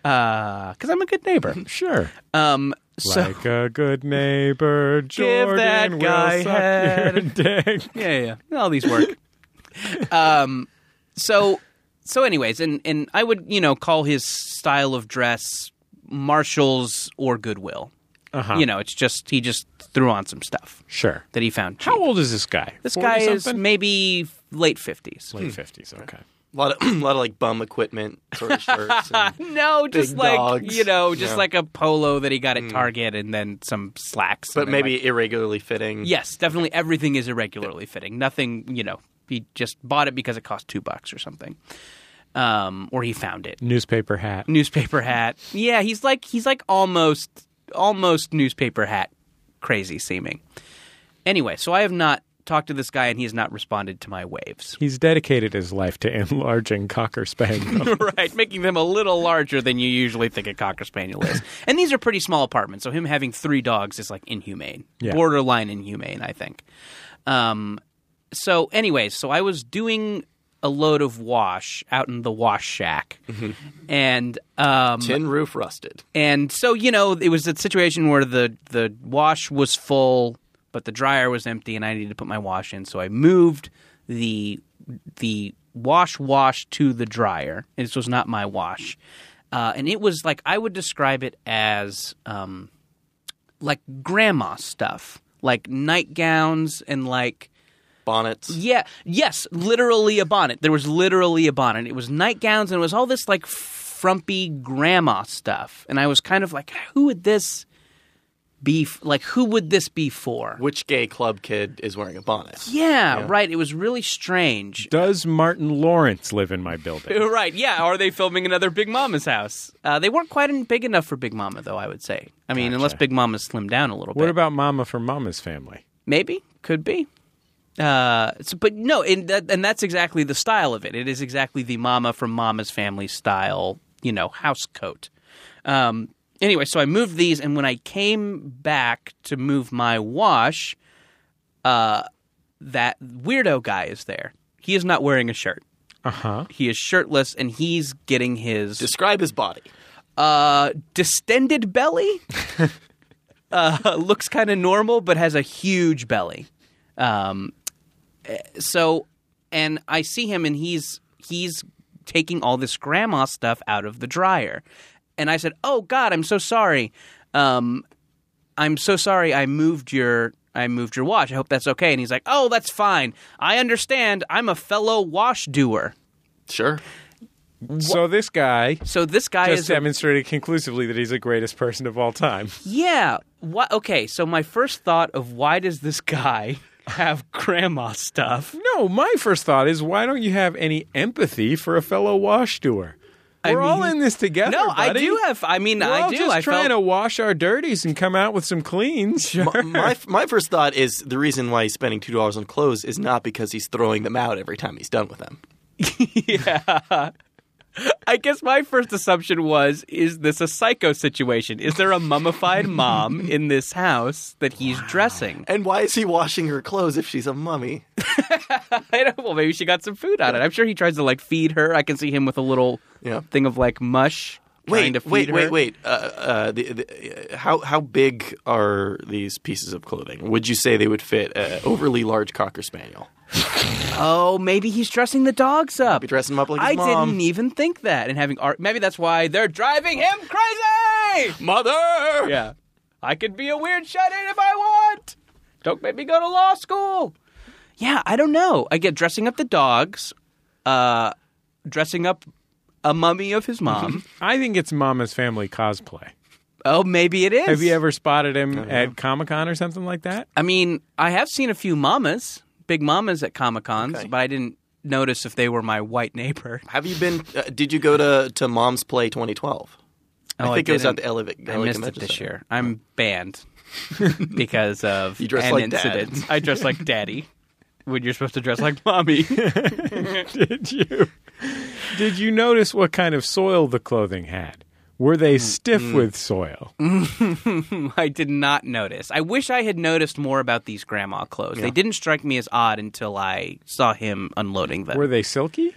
Speaker 4: because I'm a good neighbor.
Speaker 3: Sure.
Speaker 4: Um, so
Speaker 3: like a good
Speaker 4: (laughs)
Speaker 3: neighbor, Jordan
Speaker 4: that
Speaker 3: will
Speaker 4: guy
Speaker 3: suck
Speaker 4: head.
Speaker 3: your (laughs) dick.
Speaker 4: (laughs) yeah, yeah, yeah. all these work.
Speaker 5: (laughs)
Speaker 4: um, so so, anyways, and and I would you know call his style of dress Marshalls or Goodwill.
Speaker 3: Uh-huh.
Speaker 4: You know, it's just he just threw on some stuff
Speaker 3: Sure.
Speaker 4: that he found. Cheap.
Speaker 3: How old is this guy?
Speaker 4: This
Speaker 3: 40
Speaker 4: guy is Hmm.
Speaker 3: something?
Speaker 4: maybe late fifties.
Speaker 3: late fifties. Okay.
Speaker 5: A lot of, (clears throat) a lot of like bum equipment sort of shirts. and-
Speaker 4: (laughs) No, just
Speaker 5: Big
Speaker 4: like
Speaker 5: dogs.
Speaker 4: you know, just
Speaker 5: Yeah. Hmm.
Speaker 4: like a polo that he got at Target, and then some slacks. and
Speaker 5: but
Speaker 4: then,
Speaker 5: maybe
Speaker 4: like-
Speaker 5: irregularly fitting.
Speaker 4: Yes, definitely. Everything is irregularly fitting. Nothing, you know, he just bought it because it cost two bucks or something, um, or he found it.
Speaker 3: Newspaper hat.
Speaker 4: Newspaper hat. Yeah, he's like he's like almost almost newspaper hat crazy seeming. Anyway, so I have not talked to this guy, and he has not responded to my waves.
Speaker 3: He's dedicated his life to (laughs) enlarging cocker spaniel.
Speaker 4: (laughs) right, making them a little larger than you usually think a cocker spaniel is. and these are pretty small apartments, so him having three dogs is like inhumane,
Speaker 3: Yeah.
Speaker 4: borderline inhumane, I think. Um, so, anyways, so I was doing a load of wash out in the wash shack, and um,
Speaker 5: Tin roof rusted.
Speaker 4: and so you know it was a situation where the the wash was full, but the dryer was empty, and I needed to put my wash in. So I moved the the wash wash to the dryer. And this was not my wash, uh, and it was like I would describe it as um, like grandma stuff, like nightgowns and like
Speaker 5: Bonnets.
Speaker 4: yeah, yes, literally a bonnet. There was literally a bonnet. It was nightgowns and it was all this like frumpy grandma stuff. And I was kind of like, who would this be? f- Like, who would this be for?
Speaker 5: Which gay club kid is wearing a bonnet?
Speaker 4: Yeah, right. It was really strange.
Speaker 3: Does Martin Lawrence live in my building?
Speaker 4: (laughs) Right, yeah. Are they filming another Big Mama's house? Uh, they weren't quite in- big enough for Big Mama, though. I would say. I mean, unless Big Mama slimmed down a little bit.
Speaker 3: What about Mama from Mama's Family?
Speaker 4: Maybe could be. Uh, so- but no, and that, and that's exactly the style of it. It is exactly the Mama from Mama's Family style, you know, house coat. Um, anyway, so I moved these, and when I came back to move my wash, uh, that weirdo guy is there. He is not wearing a shirt.
Speaker 3: Uh huh.
Speaker 4: He is shirtless, and he's getting his
Speaker 5: Describe his body.
Speaker 4: uh, distended belly. uh, looks kind of normal, but has a huge belly. Um, eh, so, and I see him, and he's he's taking all this grandma stuff out of the dryer, and I said, "Oh God, I'm so sorry. Um, I'm so sorry. I moved your I moved your watch. I hope that's okay." And he's like, "Oh, that's fine. I understand. I'm a fellow wash doer."
Speaker 5: Sure.
Speaker 3: So this guy
Speaker 4: So this guy
Speaker 3: just
Speaker 4: is a
Speaker 3: demonstrated conclusively that he's the greatest person of all time.
Speaker 4: Yeah. Why, okay. So my first thought of why does this guy (laughs) have grandma stuff?
Speaker 3: No, my first thought is why don't you have any empathy for a fellow wash doer? We're
Speaker 4: I
Speaker 3: all
Speaker 4: mean-
Speaker 3: in this together.
Speaker 4: No, I
Speaker 3: buddy.
Speaker 4: do have. I mean,
Speaker 3: We're
Speaker 4: I
Speaker 3: all
Speaker 4: do.
Speaker 3: Just
Speaker 4: I
Speaker 3: trying
Speaker 4: felt,
Speaker 3: to wash our dirties and come out with some cleans.
Speaker 5: My, (laughs) my my first thought is the reason why he's spending two dollars on clothes is not because he's throwing them out every time he's done with them.
Speaker 4: I guess my first assumption was: Is this a psycho situation? Is there a
Speaker 5: (laughs)
Speaker 4: mummified mom in this house that he's dressing? (laughs)
Speaker 5: And why is he washing her clothes if she's a mummy?
Speaker 4: I don't, well, maybe she got some food on it. I'm sure he tries to like feed her. I can see him with a little
Speaker 5: Yeah.
Speaker 4: thing of like mush. trying
Speaker 5: Wait,
Speaker 4: to feed
Speaker 5: wait,
Speaker 4: her.
Speaker 5: wait, wait. Uh, uh, the, the, uh, how how big are these pieces of clothing? Would you say they would fit an overly large cocker spaniel?
Speaker 4: Oh, maybe he's dressing the dogs up.
Speaker 5: Be dressing him up like his
Speaker 4: I
Speaker 5: mom.
Speaker 4: didn't even think that. And having art, maybe that's why they're driving him crazy.
Speaker 5: Mother.
Speaker 4: Yeah, I could be a weird shut-in if I want. Don't make me go to law school. Yeah, I don't know. I get dressing up the dogs, uh, dressing up a mummy of his
Speaker 5: (laughs)
Speaker 4: mom.
Speaker 3: (laughs) I think it's Mama's Family cosplay.
Speaker 4: oh, maybe it is.
Speaker 3: Have you ever spotted him at Comic Con or something like
Speaker 4: (laughs)
Speaker 3: that?
Speaker 4: I mean, I have seen a few mamas, big mamas at comic cons, but I didn't notice if they were my white neighbor.
Speaker 5: Have you been? Uh, did you go to to Mom's Play 2012?
Speaker 4: Oh,
Speaker 5: I think it was at the
Speaker 4: didn't.
Speaker 5: LA, LA
Speaker 4: I missed it
Speaker 5: Convention
Speaker 4: this
Speaker 5: Center.
Speaker 4: year. I'm
Speaker 5: (laughs)
Speaker 4: banned because of
Speaker 5: You dress
Speaker 4: an
Speaker 5: like dad.
Speaker 4: incident. I dress like
Speaker 5: (laughs)
Speaker 4: daddy when you're supposed to dress like mommy.
Speaker 3: Did you? Did you notice what kind of soil the clothing had? Were
Speaker 4: Mm,
Speaker 3: they stiff with soil?
Speaker 4: (laughs) I did not notice. I wish I had noticed more about these grandma clothes. They didn't strike me as odd until I saw him unloading them.
Speaker 3: Were they silky?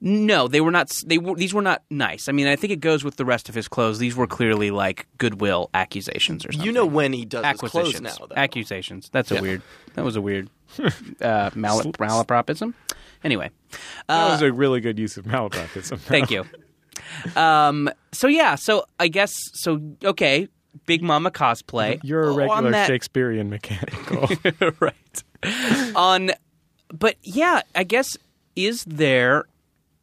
Speaker 4: no, they were not. s- They were, these were not nice. I mean, I think it goes with the rest of his clothes. These were clearly like goodwill accusations or something.
Speaker 5: You know when he does his clothes
Speaker 4: acquisitions.
Speaker 5: now. Though.
Speaker 4: Accusations. That's a weird. That was a
Speaker 5: (laughs)
Speaker 4: weird uh, mal- malapropism. Anyway,
Speaker 3: That was a really good use of malapropism.
Speaker 4: Uh, thank
Speaker 5: (laughs)
Speaker 4: you. Um, so yeah, so I guess so. Okay, Big Mama cosplay.
Speaker 3: You're a
Speaker 4: On
Speaker 3: regular
Speaker 4: Oh, that-
Speaker 3: Shakespearean mechanical.
Speaker 4: (laughs) right? On, but yeah, I guess is there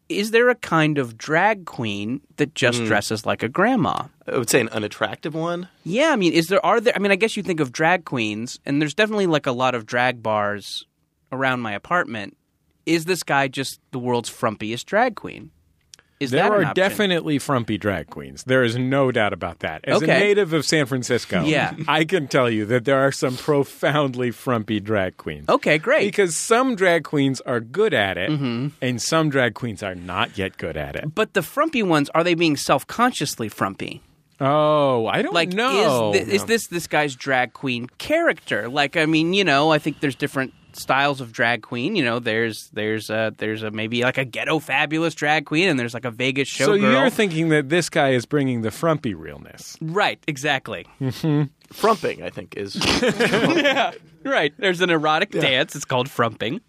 Speaker 4: is there a kind of drag queen that just
Speaker 3: Hmm.
Speaker 4: dresses like a grandma?
Speaker 5: I would say an unattractive one.
Speaker 4: Yeah, I mean, is there are there? I mean, I guess you think of drag queens, and there's definitely like a lot of drag bars around my apartment. Is this guy just the world's frumpiest drag queen? Is
Speaker 3: There
Speaker 4: that an
Speaker 3: are
Speaker 4: option?
Speaker 3: definitely frumpy drag queens. There is no doubt about that. As
Speaker 4: Okay.
Speaker 3: a native of San Francisco,
Speaker 4: (laughs) Yeah.
Speaker 3: (laughs) I can tell you that there are some profoundly frumpy drag queens.
Speaker 4: okay, great.
Speaker 3: Because some drag queens are good at it,
Speaker 4: Mm-hmm.
Speaker 3: and some drag queens are not yet good at it.
Speaker 4: but the frumpy ones are they being self consciously frumpy?
Speaker 3: Oh, I don't
Speaker 4: like
Speaker 3: know.
Speaker 4: is, thi- is this this guy's drag queen character like i mean you know i think there's different styles of drag queen you know there's there's a there's a maybe like a ghetto fabulous drag queen and there's like a vegas showgirl
Speaker 3: so you're thinking that this guy is bringing the frumpy realness.
Speaker 4: right exactly
Speaker 5: Frumping, I think,
Speaker 4: (laughs)
Speaker 5: is
Speaker 4: right there's an erotic dance it's called frumping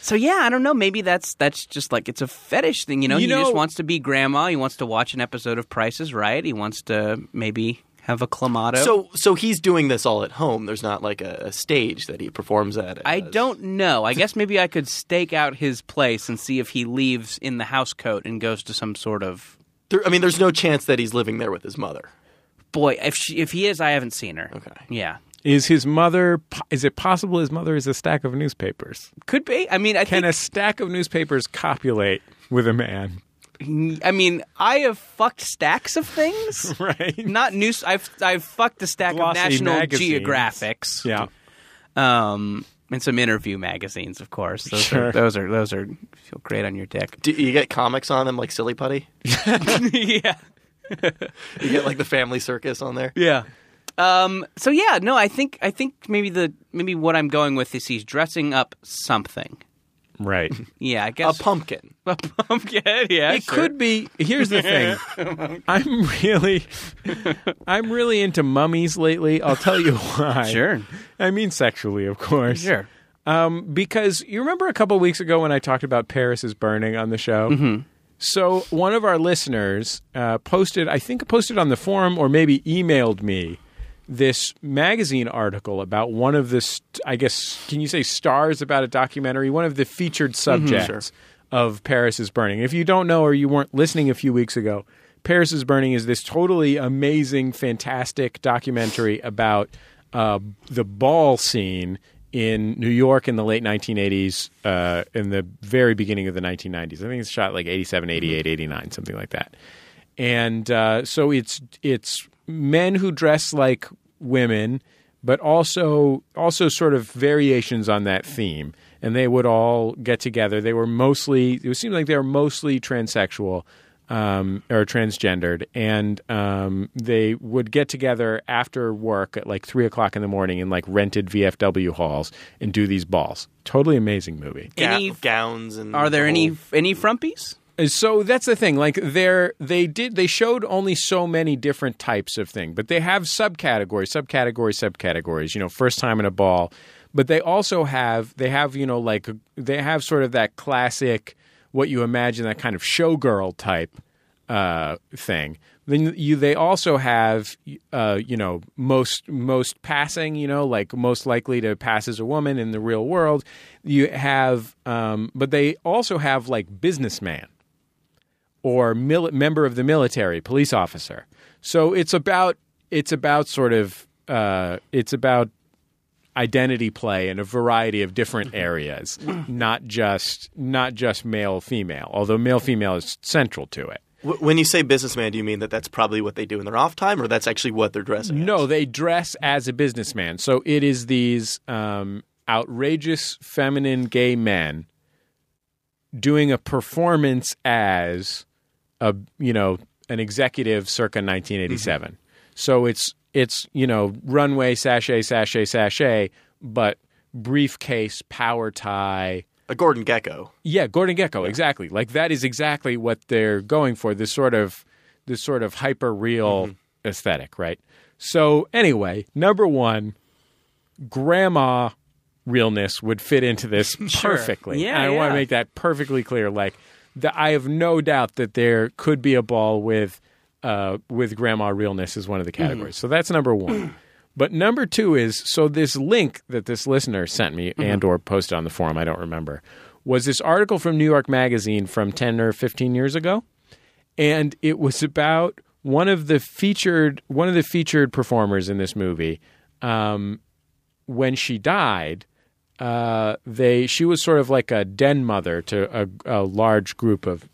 Speaker 4: so yeah, I don't know. Maybe that's that's just like it's a fetish thing, you know.
Speaker 3: You
Speaker 4: he just
Speaker 3: know-
Speaker 4: wants to be grandma. He wants to watch an episode of Price is Right. He wants to maybe have a clamato.
Speaker 5: so. So he's doing this all at home. There's not like a, a stage that he performs at.
Speaker 4: I
Speaker 5: as-
Speaker 4: don't
Speaker 3: (laughs)
Speaker 4: know. I guess maybe I could stake out his place and see if he leaves in the house coat and goes to some sort of
Speaker 5: There, I mean, there's no chance that he's living there with his mother.
Speaker 4: boy. If she, if he is, I haven't seen her. Okay. Yeah,
Speaker 3: Is his mother? po- Is it possible his mother is a stack of newspapers?
Speaker 4: could be. I mean, I
Speaker 3: Can a
Speaker 4: think.
Speaker 3: stack of newspapers copulate with a
Speaker 4: (laughs)
Speaker 3: man?
Speaker 4: I mean, I have fucked stacks of
Speaker 3: (laughs)
Speaker 4: things.
Speaker 3: Right.
Speaker 4: Not news. I've I've fucked a stack
Speaker 3: Glossy
Speaker 4: of National
Speaker 3: magazines.
Speaker 4: Geographics.
Speaker 3: Yeah.
Speaker 4: Um. And some interview magazines, of course. Those are
Speaker 3: Sure.
Speaker 4: those are those are feel great on your dick. (laughs)
Speaker 5: Do you get comics on them like Silly Putty?
Speaker 4: yeah.
Speaker 5: You get like the Family Circus
Speaker 4: (laughs)
Speaker 5: on there.
Speaker 4: Yeah. Um, so yeah, no, I think I think maybe the maybe what I'm going with is he's dressing up something.
Speaker 3: Right.
Speaker 4: Yeah, I
Speaker 5: A
Speaker 4: guess
Speaker 5: pumpkin.
Speaker 4: (laughs) a pumpkin. Yeah,
Speaker 3: It could be. Here's the
Speaker 4: (laughs)
Speaker 3: thing.
Speaker 4: Oh,
Speaker 3: I'm really, I'm really into mummies lately. I'll tell
Speaker 4: (laughs)
Speaker 3: you why.
Speaker 4: Sure.
Speaker 3: I mean sexually, of course.
Speaker 4: Sure.
Speaker 3: Um, because you remember a couple weeks ago when I talked about Paris is burning on the show.
Speaker 4: Mm-hmm.
Speaker 3: So one of our listeners uh, posted, I think posted on the forum or maybe emailed me this magazine article about one of the, st- I guess, can you say stars about a documentary? One of the featured subjects of Paris is Burning. If you don't know or you weren't listening a few weeks ago, Paris is Burning is this totally amazing, fantastic documentary about uh, the ball scene in New York in the late 1980s, uh, in the very beginning of the 1990s. I think it's shot like 87, 88, 89, something like that. And uh, so it's it's men who dress like women, but also also sort of variations on that theme. And they would all get together. They were mostly it seemed like they were mostly transsexual um, or transgendered, and um, they would get together after work at like three o'clock in the morning in like rented VFW halls and do these balls. Totally amazing movie.
Speaker 5: Ga-
Speaker 4: Any-
Speaker 5: gowns and
Speaker 4: Are there
Speaker 5: the
Speaker 4: any
Speaker 5: whole-
Speaker 4: any frumpies?
Speaker 3: And Uh, So that's the thing. Like they're they did they showed only so many different types of thing, but they have subcategories, subcategories, subcategories. You know, first time in a ball, but they also have they have you know like they have sort of that classic what you imagine that kind of showgirl type uh, thing. Then you they also have uh, you know most most passing you know like most likely to pass as a woman in the real world. You have um, but they also have like businessman or mil- member of the military, police officer. So it's about it's about sort of uh, it's about identity play in a variety of different areas, not just not just male female. Although male female is central to it.
Speaker 5: Wh- When you say businessman, do you mean that that's probably what they do in their off time, or that's actually what they're dressing? as?
Speaker 3: No, they dress as a businessman. So it is these um, outrageous feminine gay men doing a performance as a you know an executive circa 1987. So it's it's you know runway sachet sachet sachet, but briefcase power tie.
Speaker 5: a Gordon Gecko.
Speaker 3: Yeah, Gordon Gecko, exactly. Like that is exactly what they're going for. This sort of this sort of hyper real aesthetic, right? So anyway, number one, grandma realness would fit into
Speaker 4: (laughs)
Speaker 3: this perfectly.
Speaker 4: Yeah,
Speaker 3: And I want
Speaker 4: yeah.
Speaker 3: to make that perfectly clear. Like the, I have no doubt that there could be a ball with uh, with grandma realness is one
Speaker 4: Mm-hmm.
Speaker 3: of the categories. So that's number one. (clears throat) But number two is so this link that this listener sent
Speaker 4: Mm-hmm.
Speaker 3: me and or posted on the forum, I don't remember, was this article from New York Magazine from ten or fifteen years ago and it was about one of the featured one of the featured performers in this movie. Um, when she died, uh, they she was sort of like a den mother to a, a large group of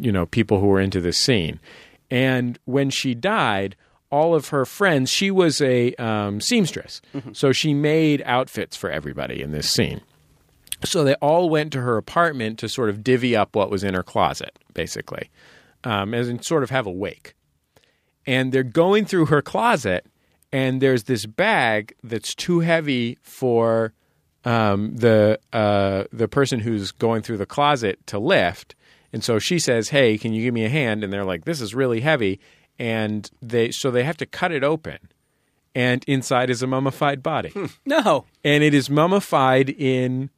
Speaker 3: you know people who were into the scene. And when she died, all of her friends she was a um, seamstress, so she made outfits for everybody in this scene. So they all went to her apartment to sort of divvy up what was in her closet, basically, um, as in sort of have a wake. And they're going through her closet, and there's this bag that's too heavy for um, the uh, the person who's going through the closet to lift. And so she says, "Hey, can you give me a hand?" And they're like, "This is really heavy," and they so they have to cut it open, and inside is a mummified body
Speaker 4: No.
Speaker 3: and it is mummified in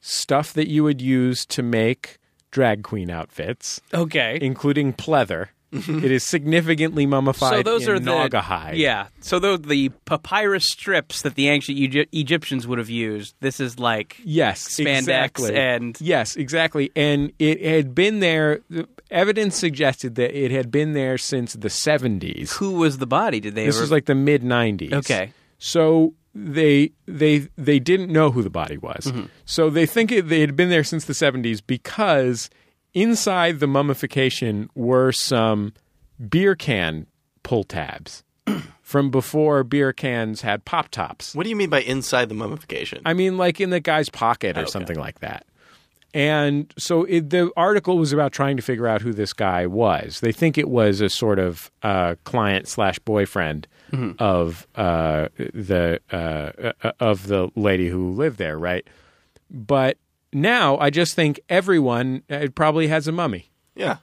Speaker 3: stuff that you would use to make drag queen outfits,
Speaker 4: Okay.
Speaker 3: including pleather. it is significantly mummified.
Speaker 4: Mm-hmm. So those
Speaker 3: in
Speaker 4: are
Speaker 3: naga
Speaker 4: the
Speaker 3: hide.
Speaker 4: yeah. So those the papyrus strips that the ancient Egy- Egyptians would have used. This is like
Speaker 3: Yes,
Speaker 4: Spandex
Speaker 3: exactly.
Speaker 4: and-
Speaker 3: yes, exactly. And it had been there. the Evidence suggested that it had been there since the seventies.
Speaker 4: who was the body? Did they
Speaker 3: This
Speaker 4: ever?
Speaker 3: is like the mid '90s.
Speaker 4: Okay.
Speaker 3: So they they they didn't know who the body was. So they think it, they had been there since the '70s because inside the mummification were some beer can pull tabs (clears throat) from before beer cans had pop tops.
Speaker 5: What do you mean by inside the mummification?
Speaker 3: I mean, like in the guy's pocket or something like that. And so it, the article was about trying to figure out who this guy was. They think it was a sort of uh, client slash boyfriend
Speaker 4: Mm-hmm.
Speaker 3: of uh, the uh, uh, of the lady who lived there, right? But now I just think everyone uh, probably has a mummy,
Speaker 5: yeah,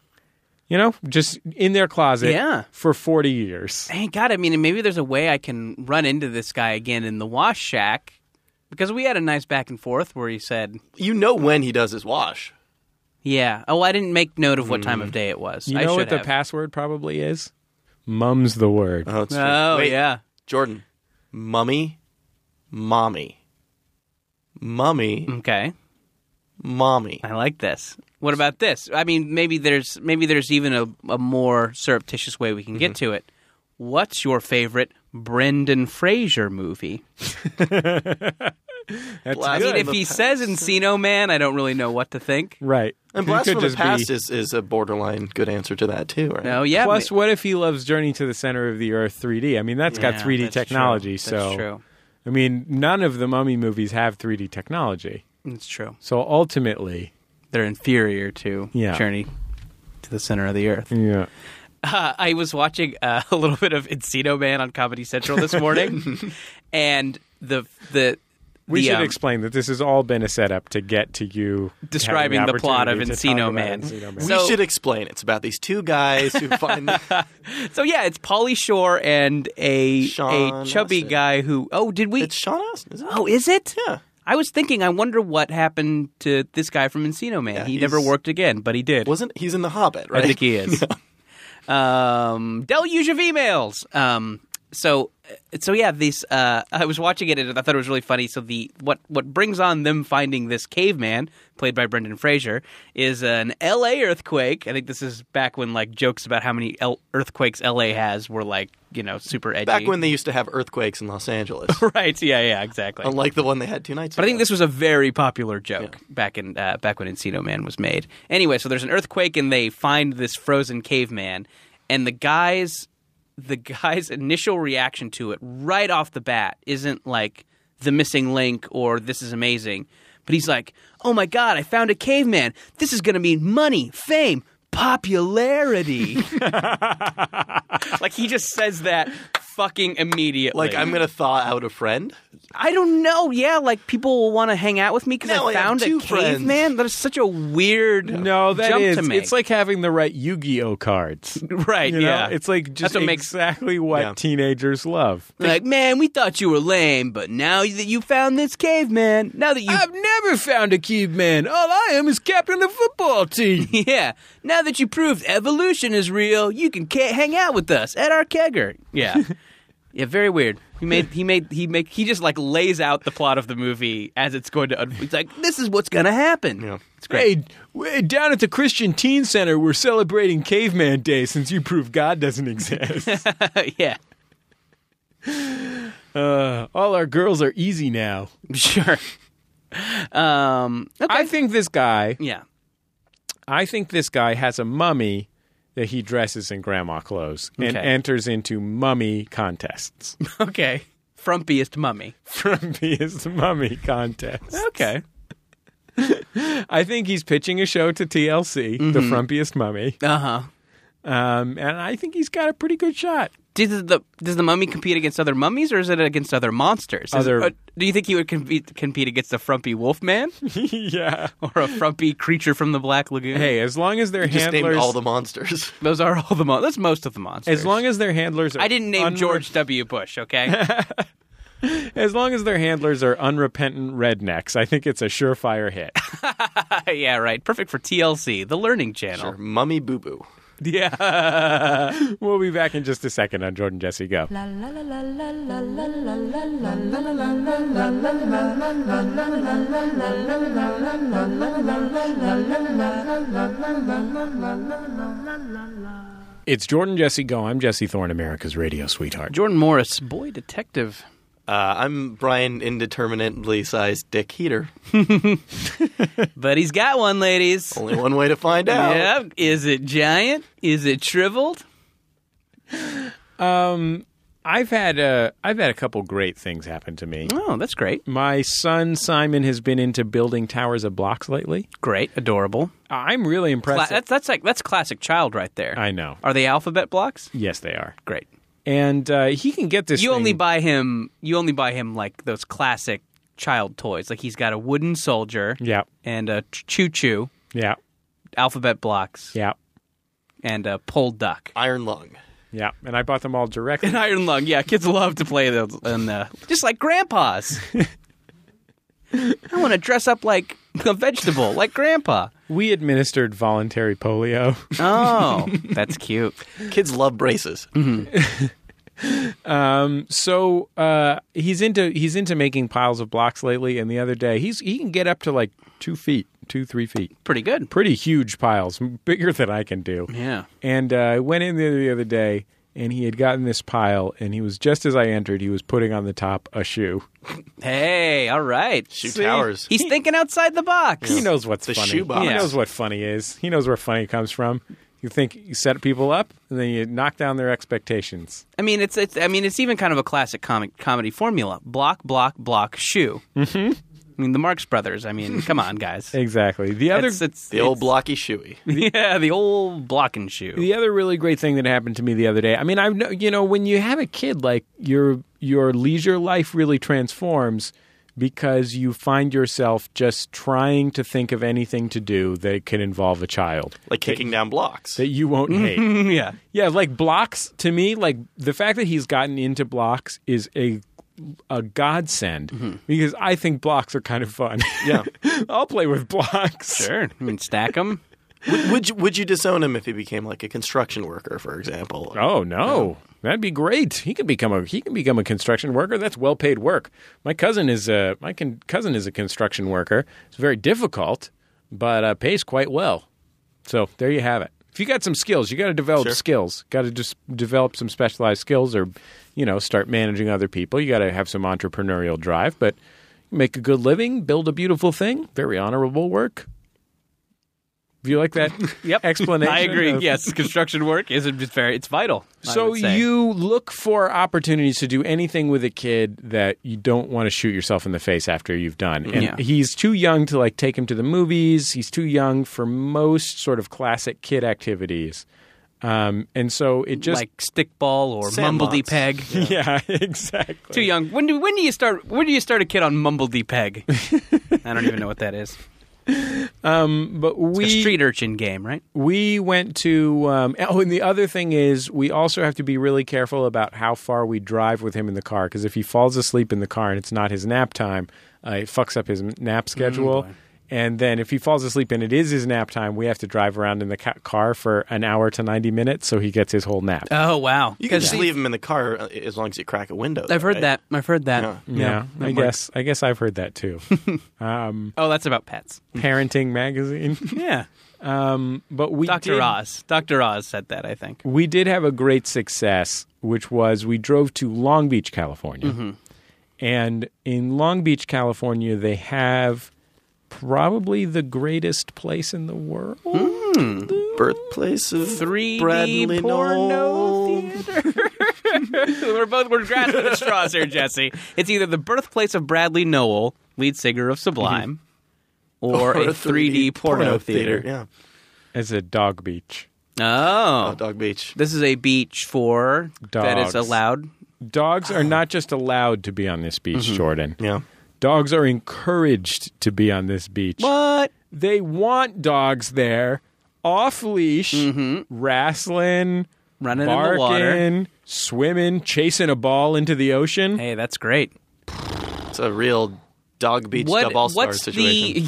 Speaker 3: you know, just in their closet
Speaker 4: Yeah.
Speaker 3: for forty years.
Speaker 4: Thank God. I mean, maybe there's a way I can run into this guy again in the wash shack because we had a nice back and forth where he said,
Speaker 5: you know when he does his wash.
Speaker 4: "Yeah, oh, I didn't make note of what time of day it was.
Speaker 3: Mm. You
Speaker 4: I
Speaker 3: know
Speaker 4: should
Speaker 3: what the
Speaker 4: have.
Speaker 3: password probably is? Mum's the word.
Speaker 5: Oh, it's
Speaker 4: Oh
Speaker 5: Wait,
Speaker 4: yeah.
Speaker 5: Jordan. mummy, mommy, mummy,
Speaker 4: Okay.
Speaker 5: mommy.
Speaker 4: I like this. What about this? I mean, maybe there's maybe there's even a, a more surreptitious way we can
Speaker 3: Mm-hmm.
Speaker 4: get to it. What's your favorite Brendan Fraser movie?
Speaker 3: That's
Speaker 5: Blast
Speaker 4: I mean,
Speaker 5: from
Speaker 4: if
Speaker 5: the
Speaker 4: he
Speaker 5: past.
Speaker 4: says Encino Man, I don't really know what to think.
Speaker 3: right.
Speaker 5: and
Speaker 3: It
Speaker 5: blast
Speaker 3: could
Speaker 5: from the
Speaker 3: just be-
Speaker 5: past is, is a borderline good answer to that too, right?
Speaker 4: No, yeah.
Speaker 3: Plus,
Speaker 4: ma-
Speaker 3: what if he loves Journey to the Center of the Earth 3D? I mean, that's
Speaker 4: Yeah,
Speaker 3: got 3D
Speaker 4: that's true.
Speaker 3: technology.
Speaker 4: That's
Speaker 3: So,
Speaker 4: true.
Speaker 3: I mean, none of the Mummy movies have 3D technology.
Speaker 4: It's true.
Speaker 3: So ultimately,
Speaker 4: They're inferior to
Speaker 3: Yeah.
Speaker 4: Journey to the Center of
Speaker 3: (laughs)
Speaker 4: the Earth. (laughs)
Speaker 3: yeah.
Speaker 4: Uh, I was watching uh, (laughs) a little bit of Encino Man on Comedy Central
Speaker 3: (laughs)
Speaker 4: this morning, and the the
Speaker 3: We
Speaker 4: the,
Speaker 3: should
Speaker 4: um,
Speaker 3: explain that this has all been a setup to get to you
Speaker 4: Describing
Speaker 3: having
Speaker 4: the plot of
Speaker 3: opportunity to talk
Speaker 4: Encino
Speaker 3: about
Speaker 4: Man.
Speaker 3: Encino
Speaker 5: We
Speaker 3: Man.
Speaker 4: So-
Speaker 5: should explain. It's about these two guys
Speaker 4: (laughs)
Speaker 5: who find. (laughs)
Speaker 4: So yeah, it's Polly Shore and a
Speaker 5: Sean
Speaker 4: a chubby
Speaker 5: Astin.
Speaker 4: guy who. Oh, did we?
Speaker 5: it's Sean Austin, isn't it?
Speaker 4: oh, is it?
Speaker 5: Yeah.
Speaker 4: I was thinking. I wonder what happened to this guy from Encino Man.
Speaker 5: Yeah,
Speaker 4: he
Speaker 5: he's-
Speaker 4: never worked again, but he did.
Speaker 5: Wasn't he's in The Hobbit, right?
Speaker 4: I think he
Speaker 5: (laughs)
Speaker 4: is. um, deluge of emails. Um, so, so yeah, these. Uh, I was watching it and I thought it was really funny. So the what what brings on them finding this caveman played by Brendan Fraser is an L.A. earthquake. I think this is back when like jokes about how many L- earthquakes L.A. has were like you know super edgy.
Speaker 5: Back when they used to have earthquakes in Los Angeles,
Speaker 4: (laughs) right? Yeah, yeah, exactly.
Speaker 5: unlike the one they had two nights.
Speaker 4: But I
Speaker 5: ago.
Speaker 4: think this was a very popular joke back in uh, back when Encino Man was made. Anyway, so there's an earthquake and they find this frozen caveman, and the guy's the guy's initial reaction to it right off the bat isn't like the missing link or this is amazing, but he's like, "Oh my god, I found a caveman! This is going to mean money, fame."
Speaker 5: (laughs)
Speaker 4: Popularity, (laughs) like he just says that fucking immediately.
Speaker 5: like I'm gonna thaw out a friend.
Speaker 4: I don't know. Yeah, like people will want to hang out with me because
Speaker 5: Now
Speaker 4: I
Speaker 5: I have
Speaker 4: found a
Speaker 5: two friends.
Speaker 4: caveman. That is such a weird
Speaker 3: No, that
Speaker 4: jump
Speaker 3: is.
Speaker 4: to make.
Speaker 3: It's like having the right Yu-Gi-Oh cards.
Speaker 4: right,
Speaker 3: You know?
Speaker 4: yeah.
Speaker 3: It's like just
Speaker 4: That's what makes-
Speaker 3: exactly what
Speaker 5: Yeah.
Speaker 3: teenagers love.
Speaker 4: like, man, we thought you were lame, but now that you found this caveman, now that you
Speaker 3: never found a caveman. All I am is captain of the football team.
Speaker 4: (laughs) yeah, now that you proved evolution is real, you can ca- hang out with us at our kegger.
Speaker 3: (laughs)
Speaker 4: Yeah. Yeah, very weird. He made he made he make he just like lays out the plot of the movie as it's going to. Un- he's like, this is what's going to happen.
Speaker 5: Yeah.
Speaker 4: It's great.
Speaker 3: Hey, down at the Christian Teen Center, we're celebrating Caveman Day since you prove God doesn't exist.
Speaker 4: (laughs) yeah,
Speaker 3: uh, all our girls are easy now.
Speaker 4: (laughs) sure. Um, okay.
Speaker 3: I think this guy.
Speaker 4: Yeah.
Speaker 3: I think this guy has a mummy that he dresses in grandma clothes and
Speaker 4: Okay.
Speaker 3: enters into mummy contests. (laughs)
Speaker 4: Okay. Frumpiest mummy.
Speaker 3: From is the mummy contest.
Speaker 4: Okay.
Speaker 3: I think he's pitching a show to TLC, the frumpiest mummy,
Speaker 4: Uh huh.
Speaker 3: um, and I think he's got a pretty good shot. (laughs)
Speaker 4: Does the does the mummy compete against other mummies or is it against other monsters? Is-
Speaker 3: Other-
Speaker 4: uh, do you think he would compete compete against a frumpy wolf
Speaker 3: (laughs)
Speaker 4: man
Speaker 3: yeah.
Speaker 4: or a frumpy creature from the Black Lagoon?
Speaker 3: Hey, as long as their
Speaker 5: Just
Speaker 3: handlers,
Speaker 5: named all the monsters. (laughs)
Speaker 4: those are all the mon- that's most of the monsters.
Speaker 3: as long as their handlers, are
Speaker 4: I didn't name
Speaker 3: unre-
Speaker 4: George W.
Speaker 3: (laughs)
Speaker 4: Bush, okay? (laughs)
Speaker 3: As long as their handlers are unrepentant rednecks, I think it's a surefire hit. (laughs)
Speaker 4: yeah, right. Perfect for TLC, the Learning Channel.
Speaker 5: Or Mummy Boo Boo.
Speaker 3: yeah. we'll be back in just a second on Jordan Jesse Go.
Speaker 2: La la la la la la la la la la la.
Speaker 3: It's Jordan Jesse Go. I'm Jesse Thorne, America's radio sweetheart.
Speaker 4: Jordan Morris, boy detective.
Speaker 5: Uh, I'm Brian, indeterminately sized Dick Heater.
Speaker 4: But he's got one, ladies.
Speaker 5: Only one way
Speaker 4: (laughs)
Speaker 5: to find out.
Speaker 4: Yep. Is it giant? Is it shriveled?
Speaker 3: I've had a, I've had a couple great things happen to me.
Speaker 4: Oh, that's great.
Speaker 3: Hmm? My son Simon has been into building towers of blocks lately.
Speaker 4: Great. Adorable.
Speaker 3: I'm really
Speaker 4: Cla-
Speaker 3: impressed.
Speaker 4: that's that's like that's classic child right there.
Speaker 3: I know.
Speaker 4: Are they alphabet blocks?
Speaker 3: Yes, they are.
Speaker 4: Great.
Speaker 3: And uh, he can get this.
Speaker 4: You only
Speaker 3: thing-
Speaker 4: buy him. You only buy him like those classic child toys. Like he's got a wooden soldier
Speaker 3: Yeah,
Speaker 4: and a choo choo,
Speaker 3: yeah,
Speaker 4: alphabet blocks,
Speaker 3: yeah,
Speaker 4: and a pole duck. (laughs)
Speaker 5: Iron Lung.
Speaker 3: yeah. And I bought them all directly.
Speaker 4: An iron lung. Yeah, kids love to play those. And uh, just
Speaker 3: (laughs)
Speaker 4: like grandpas. I want to dress up like a vegetable, like grandpa.
Speaker 3: we administered voluntary polio.
Speaker 4: Oh, that's cute.
Speaker 5: Kids love braces.
Speaker 3: Um, so uh, he's into he's into making piles of blocks lately. And the other day, he's he can get up to like two feet, two three feet,
Speaker 4: Pretty good.
Speaker 3: pretty huge piles, bigger than I can do.
Speaker 4: Yeah.
Speaker 3: And uh, I went in there the other day, and he had gotten this pile, and he was just as I entered, he was putting on the top a shoe.
Speaker 4: Hey, all right.
Speaker 5: Shoe towers.
Speaker 4: He's thinking outside the box.
Speaker 3: He knows what's
Speaker 5: The
Speaker 3: funny.
Speaker 5: shoebox.
Speaker 3: He
Speaker 4: Yeah.
Speaker 3: knows what funny is. He knows where funny comes from. You think you set people up, and then you knock down their expectations.
Speaker 4: I mean, it's, it's I mean, it's even kind of a classic comic comedy formula: block, block, block, shoe. Mm-hmm. I mean, the Marx Brothers. I mean, come
Speaker 3: (laughs)
Speaker 4: on, guys.
Speaker 3: Exactly. The other
Speaker 4: It's, it's,
Speaker 5: The old blocky shoey.
Speaker 4: it's- yeah, the old block and shoe.
Speaker 3: The other really great thing that happened to me the other day. I mean, I know you know when you have a kid, like your your leisure life really transforms because you find yourself just trying to think of anything to do that can involve a child
Speaker 5: Like kicking down blocks.
Speaker 3: that you won't hate.
Speaker 4: yeah.
Speaker 3: (laughs) Yeah, like blocks to me, like the fact that he's gotten into blocks is a a godsend because I think blocks are kind of fun.
Speaker 5: Yeah.
Speaker 3: (laughs) I'll play with blocks.
Speaker 4: Sure. I mean, stack them.
Speaker 5: would you, would you disown him if he became like a construction worker, for example?
Speaker 3: Oh no. That'd be great. He can become a he can become a construction worker. That's well paid work. My cousin is a my con- cousin is a construction worker. It's very difficult, but uh, pays quite well. So there you have it. If you got some skills, you got to develop skills. Got to just develop some specialized skills, or you know, start managing other people. You got to have some entrepreneurial drive, but make a good living, build a beautiful thing. Very honorable work. Do you like that
Speaker 4: (laughs) Yep.
Speaker 3: explanation?
Speaker 4: I agree.
Speaker 3: of-
Speaker 4: Yes, construction work is it's very it's vital. I
Speaker 3: so
Speaker 4: would say.
Speaker 3: you look for opportunities to do anything with a kid that you don't want to shoot yourself in the face after you've done. And
Speaker 4: Mm, Yeah.
Speaker 3: he's too young to like take him to the movies. He's too young for most sort of classic kid activities. Um, and so it just
Speaker 4: like stickball or
Speaker 5: Sandbox.
Speaker 4: mumbledy peg.
Speaker 3: (laughs) yeah, exactly.
Speaker 4: Too young. When do when do you start when do you start a kid on
Speaker 3: (laughs)
Speaker 4: mumbledy peg? I don't even know what that is.
Speaker 3: But we
Speaker 4: A street urchin game, right?
Speaker 3: we went to um, (laughs) oh and the other thing is we also have to be really careful about how far we drive with him in the car because if he falls asleep in the car and it's not his nap time uh, it fucks up his nap schedule and then if he falls asleep and it is his nap time we have to drive around in the ca- car for an hour to 90 minutes so he gets his whole nap
Speaker 4: Oh wow.
Speaker 5: You can just leave him in the car uh, as long as you crack a window.
Speaker 4: I've
Speaker 5: though,
Speaker 4: heard
Speaker 5: right?
Speaker 4: that. I've heard that.
Speaker 5: Yeah.
Speaker 3: yeah, i guess i guess i've heard that too
Speaker 4: Oh, that's about pets.
Speaker 3: parenting magazine (laughs)
Speaker 4: (laughs) Yeah.
Speaker 3: but we
Speaker 4: Dr.
Speaker 3: did-
Speaker 4: Oz. Dr. Oz said that, I think.
Speaker 3: we did have a great success, which was we drove to Long Beach, California.
Speaker 4: Mm-hmm.
Speaker 3: And in Long Beach, California, they have probably the greatest place in the world.
Speaker 4: Hmm?
Speaker 5: Birthplace of
Speaker 4: 3D
Speaker 5: Bradley
Speaker 4: porno
Speaker 5: Knoll. (laughs)
Speaker 4: theater. we're both we're grasping at straws here, Jesse. It's either the birthplace of Bradley Noel, lead singer of Sublime, or, a 3D, porno, theater.
Speaker 5: Yeah.
Speaker 3: As a dog beach.
Speaker 5: Oh,
Speaker 4: Oh.
Speaker 5: Dog Beach.
Speaker 4: This is a beach for that is
Speaker 3: Dogs.
Speaker 4: allowed.
Speaker 3: Dogs
Speaker 4: Oh.
Speaker 3: are not just allowed to be on this beach,
Speaker 4: Mm-hmm.
Speaker 3: Jordan.
Speaker 5: Yeah.
Speaker 3: Dogs are encouraged to be on this beach.
Speaker 4: What?
Speaker 3: They want dogs there, off leash, wrestling,
Speaker 4: Running Mm-hmm. in the water.
Speaker 3: barking, swimming, chasing a ball into the ocean.
Speaker 4: Hey, that's great.
Speaker 5: It's a real Dog Beach
Speaker 4: What-
Speaker 5: Dub All Star
Speaker 4: what's
Speaker 5: situation.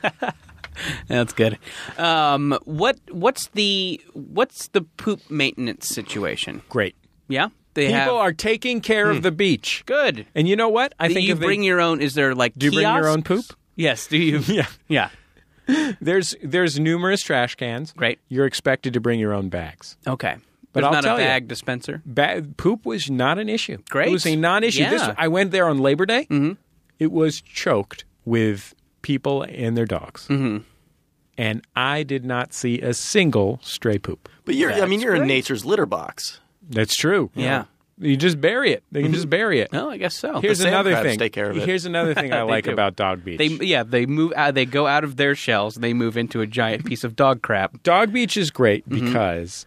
Speaker 4: the- (laughs) That's good. Um, what what's the what's the poop maintenance situation?
Speaker 3: Great.
Speaker 4: Yeah, they have
Speaker 3: People are taking care of the beach.
Speaker 4: good.
Speaker 3: And you know what? I
Speaker 4: Do
Speaker 3: think
Speaker 4: you
Speaker 3: if they-
Speaker 4: bring your own? Is there like
Speaker 3: do you bring your own poop?
Speaker 4: kiosks? Yes. Do you?
Speaker 3: (laughs) Yeah.
Speaker 4: Yeah.
Speaker 3: There's there's numerous trash cans.
Speaker 4: Great.
Speaker 3: You're expected to bring your own bags.
Speaker 4: Okay.
Speaker 3: But
Speaker 4: There's
Speaker 3: I'll
Speaker 4: not
Speaker 3: tell
Speaker 4: a
Speaker 3: you.
Speaker 4: bag dispenser.
Speaker 3: Ba- poop was not an issue.
Speaker 4: Great.
Speaker 3: It was a non-issue.
Speaker 4: Yeah. Mm-hmm.
Speaker 3: This I went there on Labor Day. It was choked with people and their dogs.
Speaker 4: Mm-hmm.
Speaker 3: And I did not see a single stray poop.
Speaker 5: But you're, I mean,
Speaker 4: That's
Speaker 5: you're in
Speaker 4: great.
Speaker 5: nature's litter box.
Speaker 3: That's true.
Speaker 4: Yeah. Mm-hmm.
Speaker 3: You just bury it. They can just bury it.
Speaker 4: No, Oh, I guess so.
Speaker 3: Here's
Speaker 5: sand
Speaker 3: another
Speaker 5: crabs
Speaker 3: thing.
Speaker 5: take care of it.
Speaker 3: Here's another thing I
Speaker 4: (laughs) They
Speaker 3: like
Speaker 4: do.
Speaker 3: about Dog Beach.
Speaker 4: they yeah they move out, they go out of their shells and they move into a giant piece of dog crap.
Speaker 3: Dog Beach is great
Speaker 4: Mm-hmm.
Speaker 3: because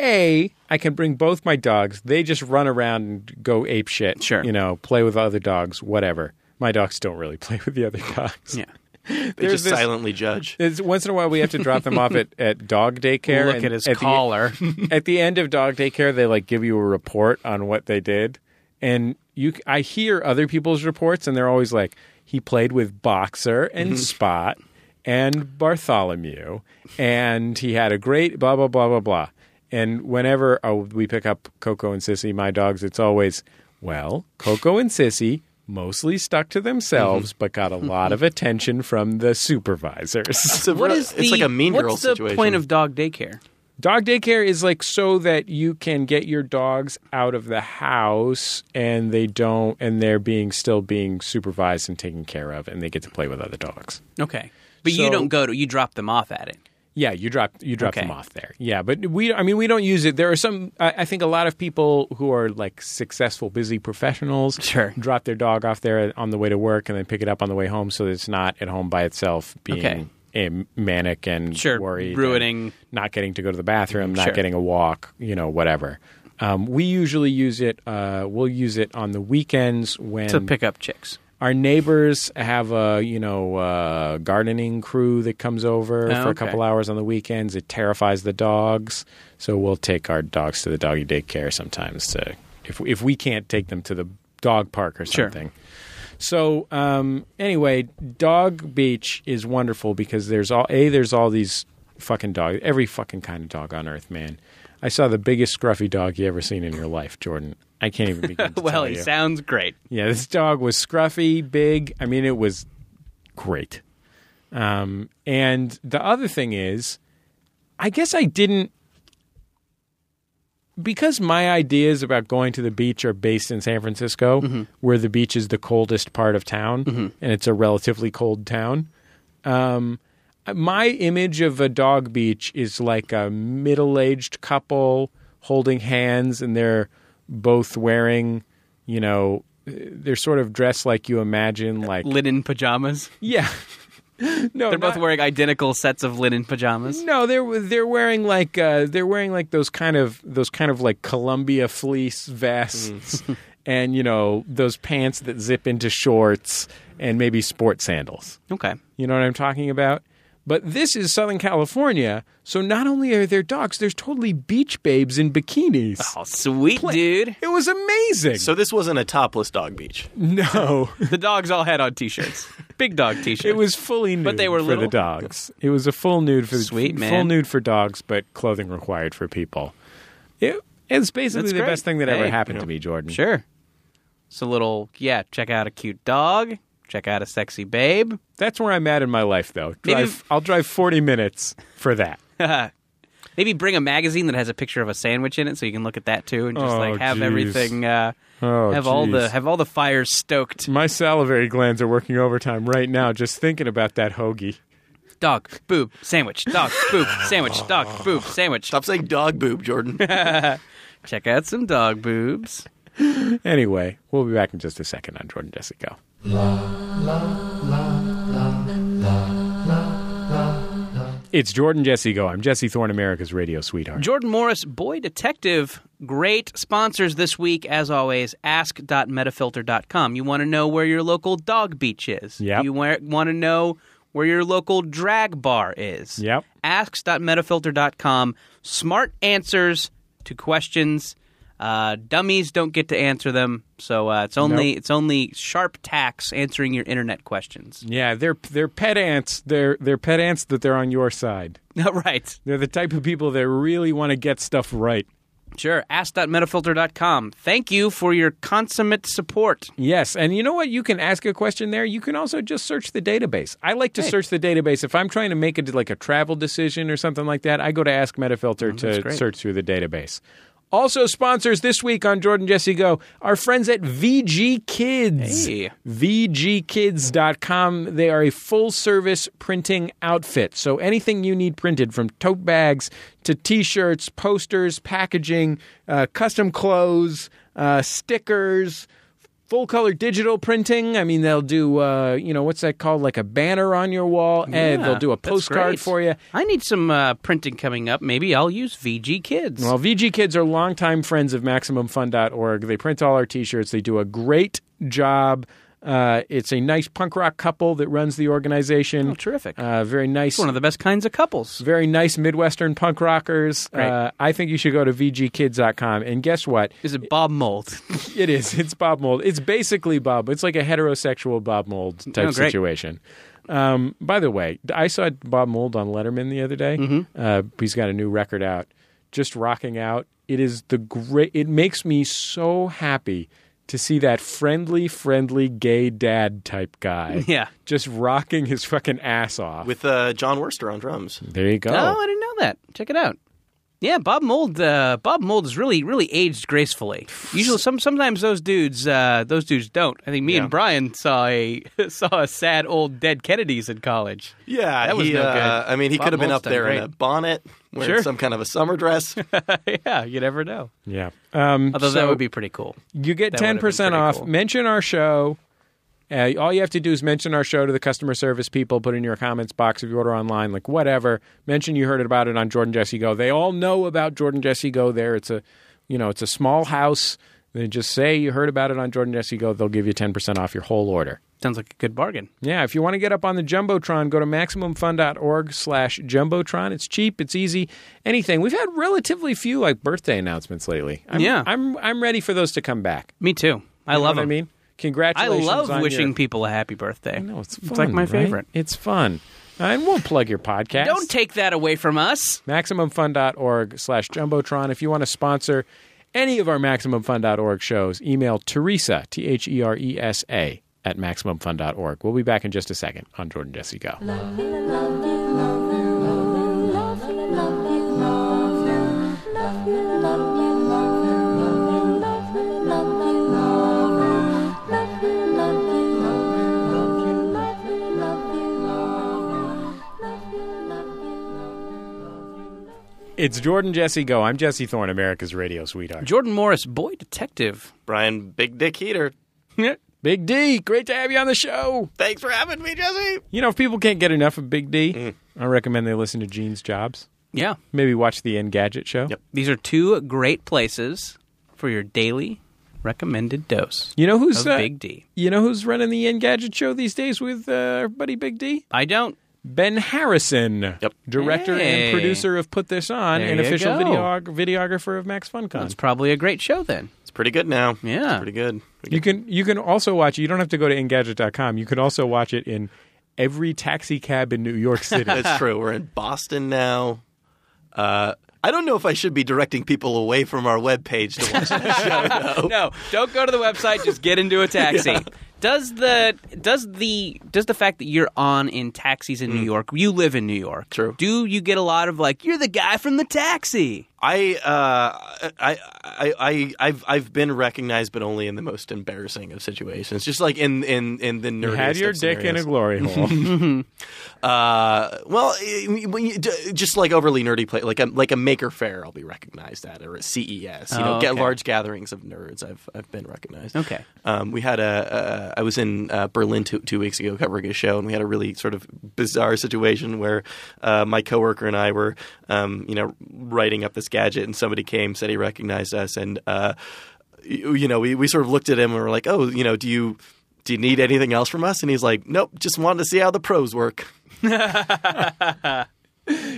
Speaker 3: A, I can bring both my dogs. They just run around and go ape shit.
Speaker 4: Sure.
Speaker 3: You know, play with other dogs, whatever. My dogs don't really (laughs) play with the other dogs.
Speaker 4: Yeah.
Speaker 5: They
Speaker 3: There's
Speaker 5: just
Speaker 3: this-
Speaker 5: silently judge.
Speaker 3: It's- once in a while, we have to drop them
Speaker 4: (laughs)
Speaker 3: off at, at dog daycare.
Speaker 4: Look
Speaker 3: and
Speaker 4: at his
Speaker 3: the- (laughs)
Speaker 4: collar.
Speaker 3: at the end of dog daycare, they like give you a report on what they did, and you. c- I hear other people's reports, and they're always like, "He played with Boxer and Spot and Bartholomew, and he had a great blah blah blah blah blah." And whenever oh, we pick up Coco and Sissy, my dogs, it's always, well, Coco and Sissy mostly stuck to themselves, but got a lot of attention from the supervisors.
Speaker 5: It's, a,
Speaker 4: What is
Speaker 5: it's
Speaker 4: the,
Speaker 5: like a mean
Speaker 4: what's
Speaker 5: girl
Speaker 4: the
Speaker 5: situation.
Speaker 4: point of dog daycare?
Speaker 3: Dog daycare is like so that you can get your dogs out of the house and they don't, and they're being still being supervised and taken care of, and they get to play with other dogs.
Speaker 4: Okay, but
Speaker 3: So-
Speaker 4: you don't go to you drop them off at it.
Speaker 3: Yeah, you drop you drop
Speaker 4: Okay.
Speaker 3: them off there. Yeah, but we I mean we don't use it. There are some I, I think a lot of people who are like successful busy professionals
Speaker 4: Sure.
Speaker 3: drop their dog off there on the way to work and then pick it up on the way home so that it's not at home by itself being
Speaker 4: Okay.
Speaker 3: eh, manic and
Speaker 4: Sure,
Speaker 3: worried and
Speaker 4: ruining-
Speaker 3: not getting to go to the bathroom, not
Speaker 4: Sure.
Speaker 3: getting a walk, you know, whatever. Um, we usually use it uh, we'll use it on the weekends when
Speaker 4: to pick up chicks.
Speaker 3: our neighbors have a you know uh, gardening crew that comes over for
Speaker 4: Oh,
Speaker 3: a
Speaker 4: okay.
Speaker 3: couple hours on the weekends. It terrifies the dogs, so we'll take our dogs to the doggy daycare sometimes to if if we can't take them to the dog park or
Speaker 4: Sure.
Speaker 3: something. So um, anyway, Dog Beach is wonderful because there's all a there's all these fucking dogs, every fucking kind of dog on earth, man. I saw the biggest scruffy dog you ever seen in your life, Jordan. I can't even begin to
Speaker 4: (laughs) Well,
Speaker 3: tell
Speaker 4: he
Speaker 3: you.
Speaker 4: sounds great.
Speaker 3: Yeah, this dog was scruffy, big. I mean, it was great. Um, and the other thing is, I guess I didn't because my ideas about going to the beach are based in San Francisco, where the beach is the coldest part of town, and it's a relatively cold town. Um, my image of a dog beach is like a middle-aged couple holding hands, and they're both wearing, you know, they're sort of dressed like you imagine, like
Speaker 4: Linen pajamas.
Speaker 3: yeah. no,
Speaker 4: They're both
Speaker 3: not-
Speaker 4: wearing identical sets of linen pajamas.
Speaker 3: No, they're they're wearing like uh, they're wearing like those kind of those kind of like Columbia fleece vests, and you know those pants that zip into shorts, and maybe sport sandals.
Speaker 4: Okay.
Speaker 3: You know what I'm talking about? But this is Southern California, so not only are there dogs, there's totally beach babes in bikinis.
Speaker 4: Oh, sweet dude.
Speaker 3: It was amazing.
Speaker 5: so this wasn't a topless dog beach.
Speaker 3: (laughs) no,
Speaker 4: (laughs) The dogs all had on t-shirts. Big (laughs) dog t-shirts.
Speaker 3: it was fully nude
Speaker 4: they were
Speaker 3: for the
Speaker 4: little?
Speaker 3: dogs. It was a full nude for the
Speaker 4: Sweet,
Speaker 3: full
Speaker 4: man.
Speaker 3: nude for dogs, but clothing required for people. It, it's basically
Speaker 4: That's
Speaker 3: the
Speaker 4: great.
Speaker 3: best thing that
Speaker 4: Hey,
Speaker 3: ever happened to me, Jordan.
Speaker 4: Sure. It's a little, yeah, check out a cute dog, check out a sexy babe.
Speaker 3: That's where I'm at in my life, though.
Speaker 4: Maybe-
Speaker 3: Drive, I'll drive 40 minutes for
Speaker 4: (laughs)
Speaker 3: that.
Speaker 4: Maybe bring a magazine that has a picture of a sandwich in it so you can look at that too and just
Speaker 3: Oh,
Speaker 4: like have
Speaker 3: geez.
Speaker 4: everything uh
Speaker 3: Oh,
Speaker 4: have all the
Speaker 3: geez.
Speaker 4: have all the fires stoked.
Speaker 3: My salivary glands are working overtime right now just thinking about that hoagie.
Speaker 4: Dog, boob, sandwich, dog, boob, sandwich, dog, boob, (laughs) sandwich.
Speaker 5: Stop saying dog
Speaker 4: (laughs)
Speaker 5: boob, Jordan.
Speaker 4: Check out some dog boobs.
Speaker 3: Anyway, we'll be back in just a second on Jordan Jesse Go. It's Jordan Jesse Go. I'm Jesse Thorne, America's radio sweetheart.
Speaker 4: Jordan Morris, Boy Detective, great sponsors this week, as always, ask.metafilter.com. You want to know where your local dog beach is.
Speaker 3: Yep.
Speaker 4: You want to know where your local drag bar is.
Speaker 3: Yep.
Speaker 4: Asks.metafilter.com. Smart answers to questions. Uh, dummies don't get to answer them, so uh, it's only it's only sharp tacks answering your internet questions.
Speaker 3: Yeah, they're they're pedants. They're they're pedants that they're on your side.
Speaker 4: (laughs) right.
Speaker 3: They're the type of people that really want to get stuff right.
Speaker 4: Sure. Ask.metafilter.com. Thank you for your consummate support.
Speaker 3: Yes, and you know what? You can ask a question there. You can also just search the database. I like to search the database if I'm trying to make it like a travel decision or something like that. I go to Ask Metafilter to
Speaker 4: Mm, great.
Speaker 3: search through the database. Also, sponsors this week on Jordan Jesse Go, our friends at VG Kids.
Speaker 4: Hey.
Speaker 3: VGKids.com. They are a full service printing outfit. So anything you need printed from tote bags to t shirts, posters, packaging, uh, custom clothes, uh, stickers. Full color digital printing. I mean, they'll do, uh, you know, what's that called? Like a banner on your wall. and
Speaker 4: Yeah,
Speaker 3: they'll do a
Speaker 4: that's
Speaker 3: postcard
Speaker 4: great.
Speaker 3: for you.
Speaker 4: I need some uh, printing coming up. Maybe I'll use VG Kids.
Speaker 3: Well, VG Kids are longtime friends of MaximumFun.org. They print all our T-shirts. They do a great job. Uh, it's a nice punk rock couple that runs the organization.
Speaker 4: Oh, terrific.
Speaker 3: Uh, very nice.
Speaker 4: it's one of the best kinds of couples.
Speaker 3: very nice Midwestern punk rockers.
Speaker 4: Right.
Speaker 3: Uh, I think you should go to VGKids.com. And guess what?
Speaker 4: Is it Bob Mold?
Speaker 3: It is. It's Bob Mold. It's basically Bob. It's like a heterosexual Bob Mold type
Speaker 4: Oh, great.
Speaker 3: situation. Um,
Speaker 4: Mm-hmm.
Speaker 3: by the way, I saw Bob Mold on Letterman the other day. Uh, he's got a new record out. just rocking out. It is the great. It makes me so happy to see that friendly, friendly gay dad type guy.
Speaker 4: (laughs) (laughs) Yeah.
Speaker 3: just rocking his fucking ass off.
Speaker 5: with uh, John Worster on drums.
Speaker 3: there you go.
Speaker 4: Oh, I didn't know that. Check it out. Yeah, Bob Mold. Uh, Bob Mold has really, really aged gracefully. Usually, some sometimes those dudes, uh, those dudes don't. I think me and Brian saw a (laughs) saw a sad old dead Kennedys in college. (laughs)
Speaker 5: Yeah,
Speaker 4: That was
Speaker 5: he,
Speaker 4: no good.
Speaker 5: uh, I mean, he
Speaker 4: Bob
Speaker 5: could have been
Speaker 4: Mold's
Speaker 5: up
Speaker 4: done
Speaker 5: there in
Speaker 4: great.
Speaker 5: a bonnet, wearing
Speaker 4: Sure.
Speaker 5: some kind of a summer
Speaker 4: (laughs)
Speaker 5: dress.
Speaker 4: yeah, you never know.
Speaker 3: Yeah. Um,
Speaker 4: Although that
Speaker 3: so-
Speaker 4: would be pretty cool.
Speaker 3: You get
Speaker 4: That would've
Speaker 3: ten
Speaker 4: been
Speaker 3: percent
Speaker 4: pretty
Speaker 3: off.
Speaker 4: cool.
Speaker 3: Mention our show. Uh, all you have to do is mention our show to the customer service people. Put in your comments box if you order online, like whatever. Mention you heard about it on Jordan Jesse Go. They all know about Jordan Jesse Go. There, it's a, you know, it's a small house. They just say you heard about it on Jordan Jesse Go. They'll give you ten percent off your whole order.
Speaker 4: Sounds like a good bargain.
Speaker 3: Yeah, if you want to get up on the Jumbotron, go to MaximumFun.org slash Jumbotron. It's cheap, it's easy, anything. We've had relatively few like birthday announcements lately. I'm,
Speaker 4: Yeah.
Speaker 3: I'm, I'm ready for those to come back.
Speaker 4: Me too. I
Speaker 3: You know
Speaker 4: love
Speaker 3: what I
Speaker 4: them.
Speaker 3: mean,
Speaker 4: I
Speaker 3: congratulations.
Speaker 4: love
Speaker 3: on
Speaker 4: wishing
Speaker 3: Your,
Speaker 4: people a happy birthday.
Speaker 3: no, it's fun.
Speaker 4: like my
Speaker 3: right?
Speaker 4: favorite.
Speaker 3: It's fun, and we'll plug your podcast.
Speaker 4: Don't take that away from us.
Speaker 3: MaximumFun.org slash Jumbotron. If you want to sponsor any of our MaximumFun.org shows, email Teresa, T H E R E S A, at MaximumFun.org. We'll be back in just a second on Jordan Jesse Go. It's Jordan Jesse Go. I'm Jesse Thorne, America's radio sweetheart.
Speaker 4: Jordan Morris, boy detective.
Speaker 5: Brian Big Dick Heater.
Speaker 3: Big D, great to have you on the show.
Speaker 5: Thanks for having me, Jesse.
Speaker 3: You know, if people can't get enough of Big D, I recommend they listen to Gene's Jobs.
Speaker 4: yeah,
Speaker 3: Maybe watch the Engadget show.
Speaker 5: Yep.
Speaker 4: these are two great places for your daily recommended dose
Speaker 3: You know who's
Speaker 4: of
Speaker 3: uh,
Speaker 4: Big D.
Speaker 3: You know who's running the Engadget show these days with uh, our buddy Big D?
Speaker 4: I don't.
Speaker 3: Ben Harrison, yep. director
Speaker 4: Hey.
Speaker 3: and producer of Put This On,
Speaker 4: There
Speaker 3: and
Speaker 4: you
Speaker 3: official
Speaker 4: go.
Speaker 3: videog- videographer of Max
Speaker 4: It's
Speaker 3: FunCon.
Speaker 4: probably a great show then.
Speaker 5: It's pretty good now.
Speaker 4: Yeah.
Speaker 5: It's pretty good. We
Speaker 3: You can you can also watch it. You don't have to go to Engadget.com. You can also watch it in every taxi cab in New
Speaker 4: (laughs)
Speaker 3: York City. (laughs)
Speaker 5: That's true. We're in Boston now. Uh, I don't know if I should be directing people away from our webpage to
Speaker 3: (laughs)
Speaker 5: watch that show. though.
Speaker 4: No, don't go to the website. Just get into (laughs) a taxi. Does the does the does the fact that you're on in taxis in New York? You live in New York.
Speaker 5: True.
Speaker 4: Do you get a lot of like you're the guy from the taxi?
Speaker 5: I, uh, I, I, I, I've, I've been recognized, but only in the most embarrassing of situations. Just like in, in, in the
Speaker 3: You
Speaker 5: nerdiest
Speaker 3: had your
Speaker 5: of
Speaker 3: dick in a
Speaker 5: scenarios.
Speaker 3: glory
Speaker 4: (laughs)
Speaker 3: hole.
Speaker 5: Uh, well, eh, when you, d- just like overly nerdy play, like a like a maker fair, I'll be recognized at or at CES. You know,
Speaker 4: Oh,
Speaker 5: get
Speaker 4: okay.
Speaker 5: large gatherings of nerds. I've I've been recognized.
Speaker 4: Okay.
Speaker 5: Um, we had a, a I was in uh, Berlin two, two weeks ago covering a show, and we had a really sort of bizarre situation where uh, my coworker and I were, um, you know, writing up this gadget, and somebody came, said he recognized us, and uh, you, you know, we we sort of looked at him and were like, oh, you know, do you do you need anything else from us? And he's like, nope, just wanted to see how the pros work.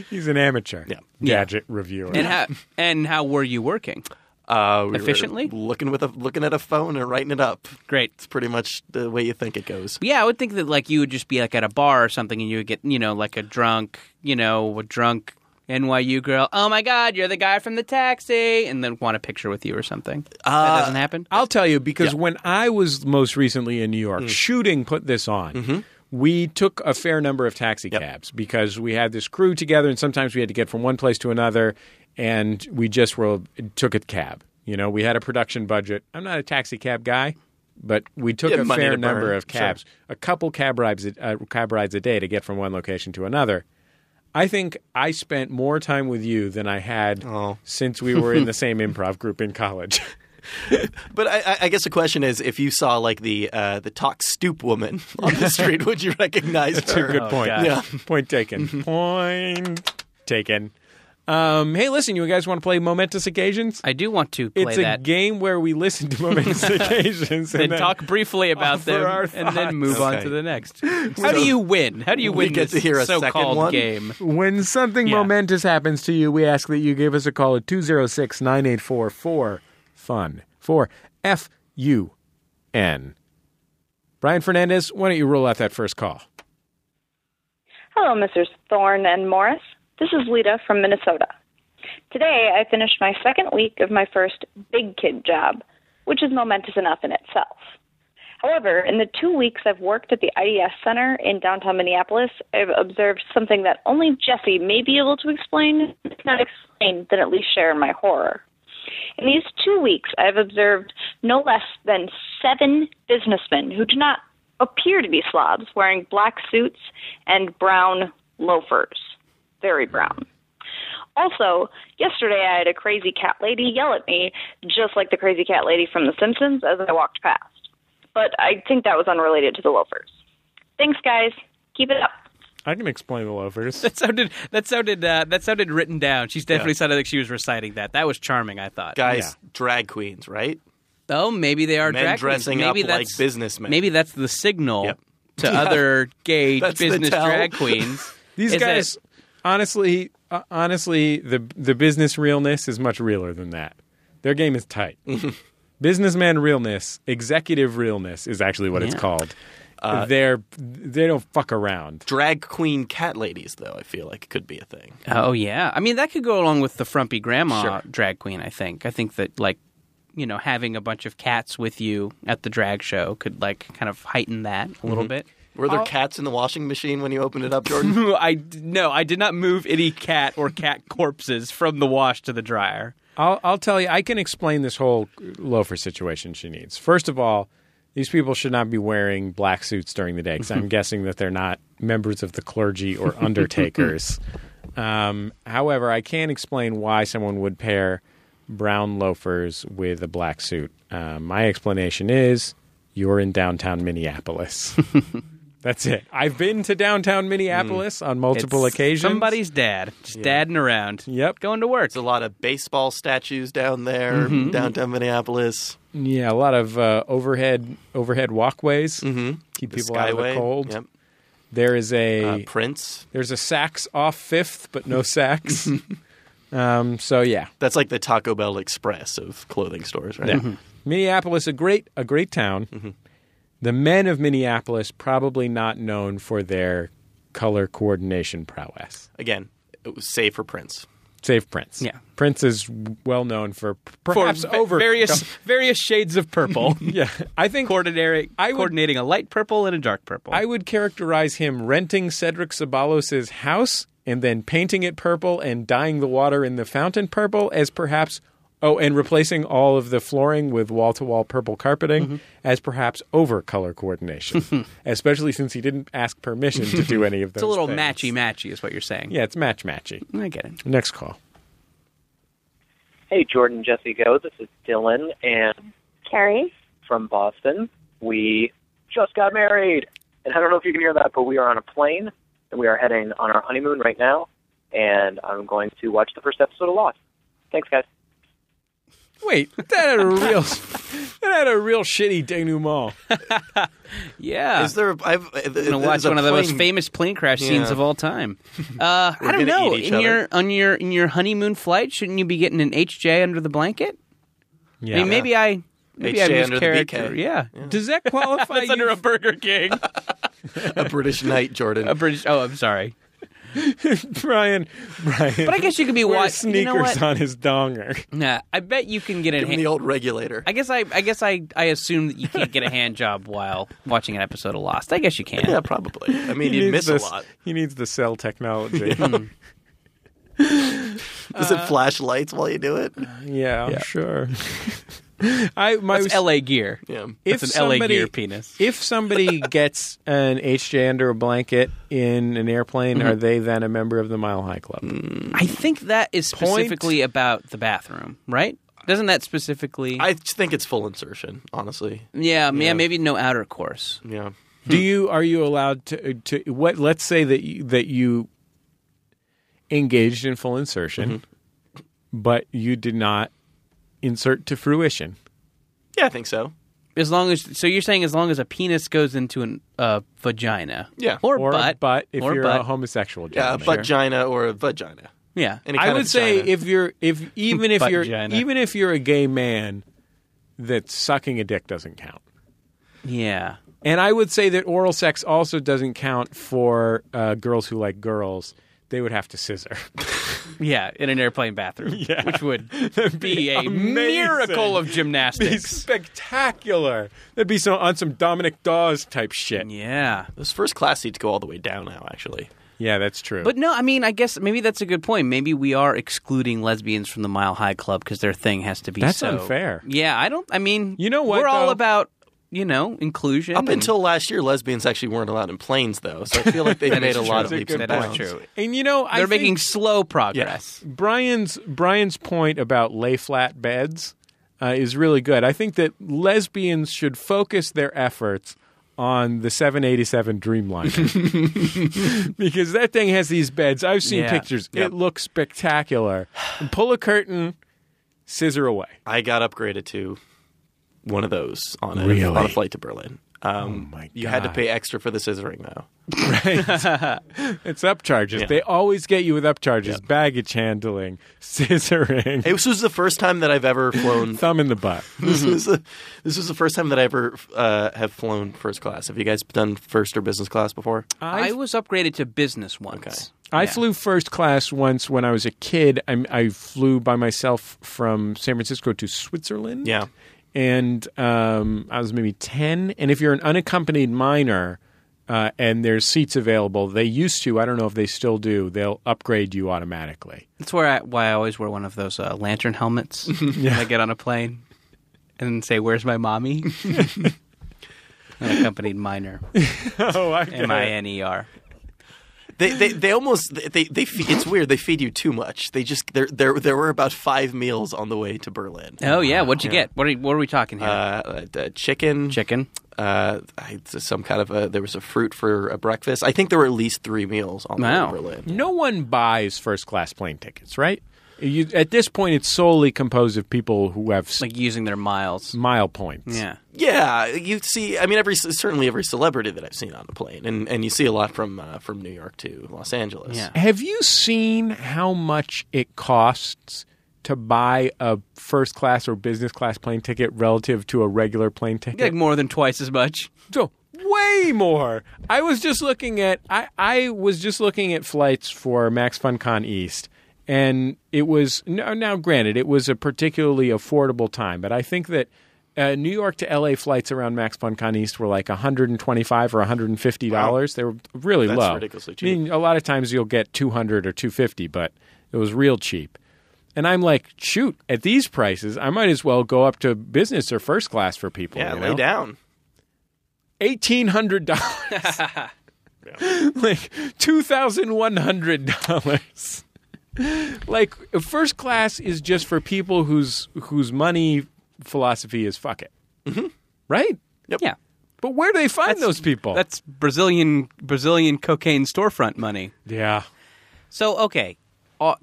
Speaker 3: He's an amateur
Speaker 5: Yeah.
Speaker 3: gadget reviewer.
Speaker 4: And how and how were you working?
Speaker 5: Uh, we were
Speaker 4: Efficiently?
Speaker 5: looking with a looking at a phone and writing it up.
Speaker 4: Great.
Speaker 5: It's pretty much the way you think it goes.
Speaker 4: Yeah, I would think that like you would just be like at a bar or something, and you would get you know like a drunk, you know, a drunk NYU girl. Oh my God, you're the guy from the taxi, and then want a picture with you or something.
Speaker 5: Uh,
Speaker 4: that doesn't happen.
Speaker 3: I'll tell you because when I was most recently in New
Speaker 5: Hmm.
Speaker 3: York, shooting put this on.
Speaker 5: Mm-hmm.
Speaker 3: We took a fair number of taxi cabs because we had this crew together, and sometimes we had to get from one place to another, and we just were took a cab. You know, we had a production budget. I'm not a taxi cab guy, but we took
Speaker 5: Yeah,
Speaker 3: a
Speaker 5: money
Speaker 3: fair
Speaker 5: to burn.
Speaker 3: number of
Speaker 5: Sure.
Speaker 3: cabs, a couple cab rides, a, uh, cab rides a day to get from one location to another. I think I spent more time with you than I had
Speaker 5: Oh.
Speaker 3: since we were in
Speaker 5: (laughs)
Speaker 3: the same improv group in college.
Speaker 5: But I, I- I guess the question is, if you saw like the uh, the talk stoop woman (laughs) on the street, would you recognize
Speaker 3: That's
Speaker 5: her?
Speaker 3: a good point.
Speaker 4: gosh.
Speaker 5: Yeah.
Speaker 3: (laughs) Point
Speaker 4: (laughs)
Speaker 3: taken. point taken. Um, hey, listen, you guys want to play Momentous Occasions?
Speaker 4: I do want to play
Speaker 3: It's a
Speaker 4: that.
Speaker 3: game where we listen to
Speaker 4: (laughs)
Speaker 3: momentous occasions and
Speaker 4: then talk briefly about
Speaker 3: offer
Speaker 4: them
Speaker 3: our
Speaker 4: and
Speaker 3: thoughts.
Speaker 4: then move on
Speaker 5: Okay.
Speaker 4: to the
Speaker 5: (laughs)
Speaker 4: next. How do you win? How do you
Speaker 5: We
Speaker 4: win
Speaker 5: get
Speaker 4: this
Speaker 5: to hear a second
Speaker 4: so-called
Speaker 5: one? (laughs)
Speaker 4: game?
Speaker 3: When something
Speaker 4: Yeah.
Speaker 3: momentous happens to you, we ask that you give us a call at 206 984 4 FUN. 4 F U N. Brian Fernandez, why don't you roll out that first call?
Speaker 6: Hello, Mrs. Thorne and Morris. This is Lita from Minnesota. Today, I finished my second week of my first big kid job, which is momentous enough in itself. However, in the two weeks I've worked at the IDS Center in downtown Minneapolis, I've observed something that only Jesse may be able to explain. If not explain, then at least share in my horror. In these two weeks, I've observed no less than seven businessmen who do not appear to be slobs wearing black suits and brown loafers. Very brown. Also, yesterday I had a crazy cat lady yell at me, just like the crazy cat lady from The Simpsons, as I walked past. But I think that was unrelated to the loafers. Thanks, guys. Keep it up.
Speaker 3: I can explain the loafers.
Speaker 4: That sounded that sounded uh, that sounded written down. She's definitely sounded like she was reciting that. That was charming. I thought.
Speaker 5: Guys, drag queens, right?
Speaker 4: Oh, maybe they are
Speaker 5: Men
Speaker 4: drag queens.
Speaker 5: dressing
Speaker 4: maybe
Speaker 5: up
Speaker 4: that's,
Speaker 5: like businessmen.
Speaker 4: Maybe that's the signal
Speaker 5: Yep.
Speaker 4: to (laughs) other gay
Speaker 5: That's the
Speaker 4: business
Speaker 5: tell.
Speaker 4: drag (laughs) queens.
Speaker 3: These
Speaker 4: is that-
Speaker 3: guys, honestly, uh, honestly, the the business realness is much realer than that. Their game is
Speaker 4: (laughs)
Speaker 3: tight. Businessman realness, executive realness is actually what it's
Speaker 4: Yeah. Uh,
Speaker 3: called. They're they don't fuck around.
Speaker 5: Drag queen cat ladies, though, I feel like could be a thing.
Speaker 4: Oh yeah, I mean that could go along with the frumpy grandma
Speaker 5: Sure.
Speaker 4: drag queen. I think. I think that like, you know, having a bunch of cats with you at the drag show could like kind of heighten that a little bit.
Speaker 5: Were
Speaker 3: Oh.
Speaker 5: there cats in the washing machine when you opened it up,
Speaker 3: (laughs)
Speaker 5: Jordan?
Speaker 4: Mm-hmm. (laughs) I d- no, I did not move any cat or cat corpses from the wash to the dryer.
Speaker 3: I'll I'll tell you, I can explain this whole loafer situation she needs. First of all, these people should not be wearing black suits during the day because I'm guessing that they're not members of the clergy or undertakers. um, however, I can explain why someone would pair brown loafers with a black suit. Um, my explanation is you're in downtown Minneapolis. That's it. I've been to downtown Minneapolis on multiple
Speaker 4: It's
Speaker 3: occasions.
Speaker 4: Somebody's dad, just dadding around.
Speaker 3: Yep.
Speaker 4: going to work.
Speaker 5: There's a lot of baseball statues down there,
Speaker 3: Mm-hmm.
Speaker 5: downtown Minneapolis.
Speaker 3: Yeah, a lot of uh, overhead overhead walkways keep people out of the
Speaker 5: Skyway.
Speaker 3: cold.
Speaker 5: Yep.
Speaker 3: There is a
Speaker 5: Uh, Prince.
Speaker 3: there's a sax off fifth, but no sax. um, so yeah,
Speaker 5: That's like the Taco Bell Express of clothing stores, right?
Speaker 3: Mm-hmm. Minneapolis a great a great town. The men of Minneapolis probably not known for their color coordination prowess.
Speaker 5: Again, it was save for Prince.
Speaker 3: Save Prince.
Speaker 4: Yeah.
Speaker 3: Prince is well known for p- perhaps
Speaker 4: for va-
Speaker 3: over (laughs)
Speaker 4: various various shades of (laughs) purple.
Speaker 3: Yeah, I think
Speaker 4: Coordinating,
Speaker 3: I would-
Speaker 4: coordinating a light purple and a dark purple.
Speaker 3: I would characterize him renting Cedric Sabalos' house and then painting it purple and dyeing the water in the fountain purple as perhaps oh and replacing all of the flooring with wall-to-wall purple carpeting
Speaker 4: Mm-hmm.
Speaker 3: as perhaps over color
Speaker 4: (laughs)
Speaker 3: coordination especially since he didn't ask permission to do any of those
Speaker 4: it's a little
Speaker 3: things.
Speaker 4: matchy matchy, is what you're saying.
Speaker 3: yeah it's match matchy
Speaker 4: I get it.
Speaker 3: next call
Speaker 7: Hey, Jordan, Jesse, go. This is Dylan, and
Speaker 6: Carrie?
Speaker 7: from Boston, we just got married. And I don't know if you can hear that, but we are on a plane, and we are heading on our honeymoon right now. And I'm going to watch the first episode of Lost. Thanks, guys.
Speaker 3: wait that
Speaker 4: (laughs)
Speaker 3: had a real that had a real shitty denouement
Speaker 4: Yeah.
Speaker 5: Is there? A, I've
Speaker 4: going to watch one of the most famous plane crash scenes
Speaker 5: Yeah.
Speaker 4: of all
Speaker 5: (laughs)
Speaker 4: time. Uh, I
Speaker 5: gonna
Speaker 4: don't know.
Speaker 5: eat each
Speaker 4: In
Speaker 5: other.
Speaker 4: your on your in your honeymoon flight, shouldn't you be getting an HJ under the blanket?
Speaker 3: yeah
Speaker 4: I mean, maybe I maybe
Speaker 5: HJ
Speaker 4: I
Speaker 5: under the
Speaker 4: mischaracter-
Speaker 5: BK.
Speaker 4: Yeah.
Speaker 3: does
Speaker 4: (laughs)
Speaker 3: that qualify you
Speaker 4: a
Speaker 3: (laughs)
Speaker 4: Burger King.
Speaker 5: (laughs) a British knight,
Speaker 4: (laughs)
Speaker 5: Jordan.
Speaker 4: a British. Oh, I'm sorry.
Speaker 3: Brian Brian
Speaker 4: But I guess you could be
Speaker 3: wear
Speaker 4: watching.
Speaker 3: sneakers
Speaker 4: You know what?
Speaker 3: on his donger
Speaker 4: Nah, I bet you can get an.
Speaker 5: Give him the old regulator.
Speaker 4: I guess I, I guess I, I assume that you can't get a hand job while watching an episode of Lost. I guess you can.
Speaker 5: yeah, probably. I mean,
Speaker 3: He
Speaker 5: you
Speaker 3: needs
Speaker 5: miss
Speaker 3: this-
Speaker 5: a lot.
Speaker 3: He needs the cell technology. Hmm.
Speaker 5: Does
Speaker 4: Uh,
Speaker 5: it flash lights while you do it?
Speaker 3: yeah, I'm sure. I my
Speaker 4: That's LA gear.
Speaker 5: Yeah.
Speaker 3: if
Speaker 4: That's an LA
Speaker 3: somebody,
Speaker 4: gear penis.
Speaker 3: If somebody gets an HJ under a blanket in an airplane, are they then a member of the Mile High Club?
Speaker 5: Hmm.
Speaker 4: I think that is specifically about the bathroom, right? Doesn't that specifically?
Speaker 5: I think it's full insertion, honestly.
Speaker 4: yeah, yeah, maybe no outer course.
Speaker 5: Yeah.
Speaker 3: Do you are you allowed to to what? Let's say that you, that you engaged in full insertion, but you did not insert to fruition.
Speaker 5: Yeah, I think so.
Speaker 4: As long as so, you're saying as long as a penis goes into an uh, vagina,
Speaker 5: Yeah.
Speaker 4: or,
Speaker 3: Or
Speaker 4: butt,
Speaker 3: but if
Speaker 4: or
Speaker 3: you're
Speaker 4: butt,
Speaker 3: a homosexual,
Speaker 5: Yeah, a
Speaker 3: gentleman.
Speaker 5: vagina or a vagina.
Speaker 4: yeah,
Speaker 5: Any kind
Speaker 3: I
Speaker 5: of
Speaker 3: would say
Speaker 5: vagina.
Speaker 3: if you're if even if you're
Speaker 4: Vagina.
Speaker 3: even if you're a gay man that sucking a dick doesn't count.
Speaker 4: yeah,
Speaker 3: And I would say that oral sex
Speaker 4: (laughs)
Speaker 3: also doesn't count for uh, girls who like girls. They would have to scissor.
Speaker 4: Yeah, in an airplane bathroom,
Speaker 3: (laughs) Yeah.
Speaker 4: which would
Speaker 3: That'd
Speaker 4: be, a
Speaker 3: amazing.
Speaker 4: miracle of
Speaker 3: Be (laughs)
Speaker 4: gymnastics.
Speaker 3: spectacular. That'd be some on some Dominic Dawes type shit.
Speaker 4: yeah.
Speaker 5: Those first class seats go all the way down now, actually.
Speaker 3: Yeah, that's true.
Speaker 4: But no, I mean, I guess maybe that's a good point. Maybe we are excluding lesbians from the Mile High Club because their thing has to be
Speaker 3: That's
Speaker 4: so-
Speaker 3: unfair.
Speaker 4: Yeah, I don't. I mean,
Speaker 3: You know what,
Speaker 4: We're all
Speaker 3: though?
Speaker 4: about you know inclusion
Speaker 5: Up
Speaker 4: and-
Speaker 5: until last year, lesbians actually weren't allowed in planes, though. So I feel
Speaker 4: (laughs)
Speaker 5: like they've made
Speaker 4: is
Speaker 5: a
Speaker 4: true.
Speaker 5: lot of
Speaker 4: That's a
Speaker 5: leaps and
Speaker 4: good point.
Speaker 5: bounds.
Speaker 4: That's true.
Speaker 3: and you know, I
Speaker 4: they're
Speaker 3: think
Speaker 4: making slow progress.
Speaker 3: Brian's Brian's point about lay flat beds uh, is really good. I think that lesbians should focus their efforts on the 787 Dreamliner because that thing has these beds. I've seen
Speaker 4: Yeah.
Speaker 3: pictures;
Speaker 5: Yep.
Speaker 3: it looks spectacular. Pull a curtain, scissor away.
Speaker 5: I got upgraded to one of those on a,
Speaker 3: Really?
Speaker 5: on a flight to Berlin. Um,
Speaker 3: my
Speaker 5: you had to
Speaker 3: God.
Speaker 5: pay extra for the scissoring, though.
Speaker 3: It's upcharges. They always get you with upcharges, baggage handling, (laughs) scissoring,
Speaker 5: This was the first time that I've
Speaker 3: (laughs)
Speaker 5: ever flown.
Speaker 3: thumb in the butt.
Speaker 5: (laughs) this, was the, this was the first time that I ever uh, have flown first class. Have you guys done first or business class before?
Speaker 4: I was upgraded to business once.
Speaker 3: I
Speaker 4: Yeah.
Speaker 3: flew first class once when I was a kid. I, I flew by myself from San Francisco to Switzerland.
Speaker 5: Yeah.
Speaker 3: And um, I was maybe 10. And if you're an unaccompanied minor uh, and there's seats available, they used to, I don't know if they still do, they'll upgrade you automatically.
Speaker 4: That's where I, why I always wear one of those uh,
Speaker 3: (laughs)
Speaker 4: lantern helmets when I get on a plane and say, "Where's
Speaker 3: (laughs)
Speaker 4: my mommy?" Unaccompanied minor,
Speaker 3: Oh, I
Speaker 4: M I N E R.
Speaker 5: They, they, they almost they, they feed, it's weird they feed you too much they just there there there were about five meals on the way to Berlin
Speaker 4: Oh yeah, what'd you get? What are, what are we talking here?
Speaker 5: uh, uh, chicken
Speaker 4: Chicken.
Speaker 5: uh, I- some kind of a there was a fruit for a breakfast I think there were at least three meals on the way
Speaker 4: Wow.
Speaker 5: to Berlin
Speaker 3: No one buys first class plane tickets, right? You, at this point, it's solely composed of people who have s
Speaker 4: like using their miles.
Speaker 3: mile points.
Speaker 4: Yeah.
Speaker 5: Yeah, you see, I mean, every certainly every celebrity that I've seen on a plane, and, and you see a lot from uh, from New York to Los Angeles.
Speaker 4: Yeah.
Speaker 3: Have you seen how much it costs to buy a first class or business class plane ticket relative to a regular plane ticket?
Speaker 4: Like more than twice as much.
Speaker 3: So way more. I was just looking at I, I was just looking at flights for Max FunCon East, and it was now, now granted it was a particularly affordable time, but I think that. Uh, New York to LA flights around Max FunCon East were like 125 or 150 dollars. They were really
Speaker 5: That's
Speaker 3: low.
Speaker 5: ridiculously
Speaker 3: I mean, a lot of times you'll get 200 or 250, but it was real cheap. And I'm like, shoot, at these prices, I might as well go up to business or first class for people.
Speaker 5: yeah,
Speaker 3: you
Speaker 5: lay
Speaker 3: know?
Speaker 5: down.
Speaker 3: eighteen hundred dollars.
Speaker 4: (laughs)
Speaker 3: like two thousand one hundred dollars. like first class is just for people whose whose money philosophy is fuck it, right?
Speaker 4: Yeah.
Speaker 3: But where do they find those people?
Speaker 4: Mm-hmm. That's Brazilian Brazilian cocaine storefront money.
Speaker 3: yeah.
Speaker 4: So okay, uh,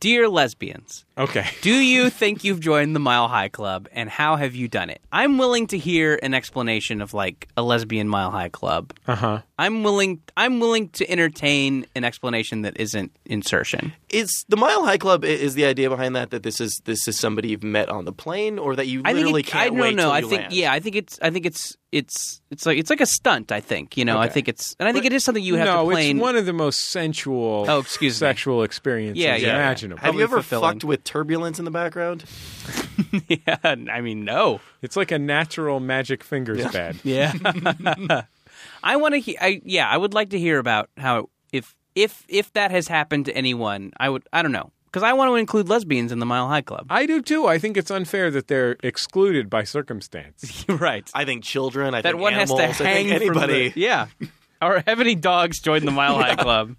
Speaker 4: dear lesbians,
Speaker 3: Okay.
Speaker 4: do you think you've joined the Mile High Club, and how have you done it? I'm willing to hear an explanation of like a lesbian Mile High Club.
Speaker 3: Uh huh.
Speaker 4: I'm willing. I'm willing to entertain an explanation that isn't insertion.
Speaker 5: Is the Mile High Club i- is the idea behind that that this is this is somebody you've met on the plane, or that you
Speaker 4: I think
Speaker 5: literally
Speaker 4: it,
Speaker 5: can't
Speaker 4: I don't
Speaker 5: wait
Speaker 4: know.
Speaker 5: till
Speaker 4: I
Speaker 5: you
Speaker 4: think
Speaker 5: land?
Speaker 4: yeah. I think it's. I think it's. It's. It's like it's like a stunt. I think you know. I
Speaker 5: Okay.
Speaker 4: think it's. And I think it is something you have
Speaker 3: no,
Speaker 4: to play.
Speaker 3: it's one of the most sensual.
Speaker 4: Oh, excuse me.
Speaker 3: Sexual experiences
Speaker 4: Yeah, yeah, yeah.
Speaker 3: imaginable.
Speaker 5: Have you ever
Speaker 4: fulfilling.
Speaker 5: fucked with turbulence in the background?
Speaker 4: (laughs) yeah. I mean, no.
Speaker 3: It's like a natural magic fingers
Speaker 4: (laughs)
Speaker 3: bed.
Speaker 4: Yeah. I want to hear. I, yeah, I would like to hear about how if if if that has happened to anyone. I would. I don't know because I want to include lesbians in the Mile High
Speaker 5: (laughs)
Speaker 4: Club.
Speaker 3: I do too. I think it's unfair that they're excluded by circumstance.
Speaker 4: right.
Speaker 5: I think children. I
Speaker 4: That
Speaker 5: think
Speaker 4: one
Speaker 5: animals.
Speaker 4: has to
Speaker 5: I
Speaker 4: hang
Speaker 5: think
Speaker 4: from
Speaker 5: anybody.
Speaker 4: the- yeah. Or have any dogs joined the Mile
Speaker 5: (laughs)
Speaker 4: High Club?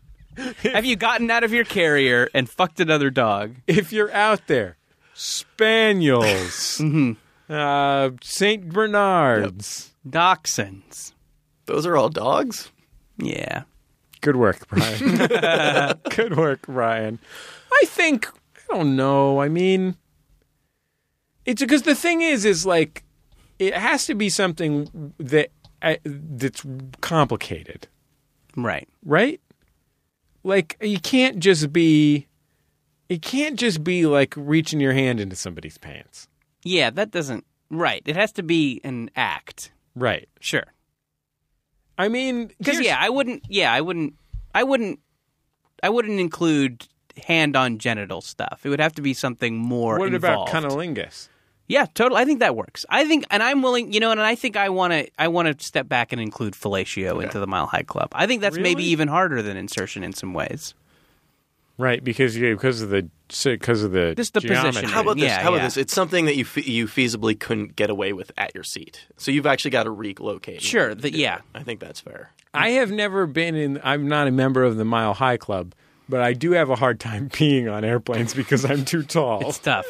Speaker 4: have you gotten out of your carrier and fucked another dog?
Speaker 3: if you're out there, (laughs) spaniels, uh, Saint Bernards.
Speaker 4: Dachshunds.
Speaker 5: Those are all dogs.
Speaker 4: Yeah.
Speaker 3: Good work, Brian. (laughs) Good work, Brian. I think I don't know. I mean, it's because the thing is, is like it has to be something that I, that's complicated,
Speaker 4: Right.
Speaker 3: right? Like you can't just be, it can't just be like reaching your hand into somebody's pants,
Speaker 4: Yeah, that doesn't. Right. It has to be an act.
Speaker 3: right?
Speaker 4: Sure.
Speaker 3: I mean,
Speaker 4: Because
Speaker 3: here's-
Speaker 4: yeah, I wouldn't. Yeah, I wouldn't. I wouldn't. I wouldn't include hand on genital stuff. It would have to be something more.
Speaker 3: What about
Speaker 4: involved.
Speaker 3: cunnilingus?
Speaker 4: Yeah, totally. I think that works. I think, and I'm willing, you know, and I think I want to, I want to step back and include fellatio into the Mile High Club. I think that's maybe
Speaker 3: Really?
Speaker 4: even harder than insertion in some ways.
Speaker 3: Right, because you because of the because of the
Speaker 4: Just the
Speaker 3: geometry.
Speaker 4: position.
Speaker 5: How about this?
Speaker 4: Yeah,
Speaker 5: How about
Speaker 4: yeah.
Speaker 5: this? It's something that you fe- you feasibly couldn't get away with at your seat, so you've actually got to relocate. in
Speaker 4: Sure,
Speaker 5: order to
Speaker 4: the-
Speaker 5: do
Speaker 4: yeah.
Speaker 5: it. I think that's fair.
Speaker 3: I have never been in. I'm not a member of the Mile High Club, but I do have a hard time (laughs) peeing on airplanes because I'm too tall.
Speaker 4: It's tough.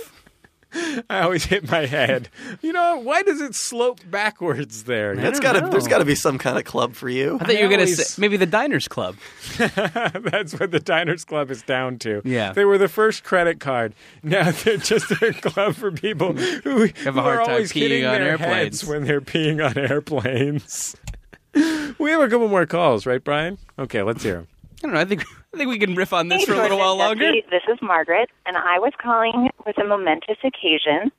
Speaker 3: I always hit my head. (laughs) You know, why does it slope backwards there?
Speaker 5: That's
Speaker 4: don't
Speaker 5: got to
Speaker 4: know.
Speaker 5: there's got to be some kind of club for you.
Speaker 4: I thought you were going to
Speaker 3: always-
Speaker 4: say maybe the Diners Club.
Speaker 3: (laughs) That's what the Diners Club is down to.
Speaker 4: Yeah.
Speaker 3: They were the first credit card. Now they're just a (laughs) club for people who,
Speaker 4: Have
Speaker 3: who
Speaker 4: a hard
Speaker 3: are
Speaker 4: time
Speaker 3: always
Speaker 4: peeing
Speaker 3: hitting
Speaker 4: on
Speaker 3: their
Speaker 4: airplanes.
Speaker 3: heads when they're peeing on airplanes. (laughs) we have a couple more calls, right, Brian? Okay, let's hear them.
Speaker 4: I don't know. I think I think we can riff on this
Speaker 8: Hey,
Speaker 4: for a little
Speaker 8: Jordan
Speaker 4: while
Speaker 8: and
Speaker 4: longer.
Speaker 8: Jesse, This is Margaret, and I was calling with a momentous occasion.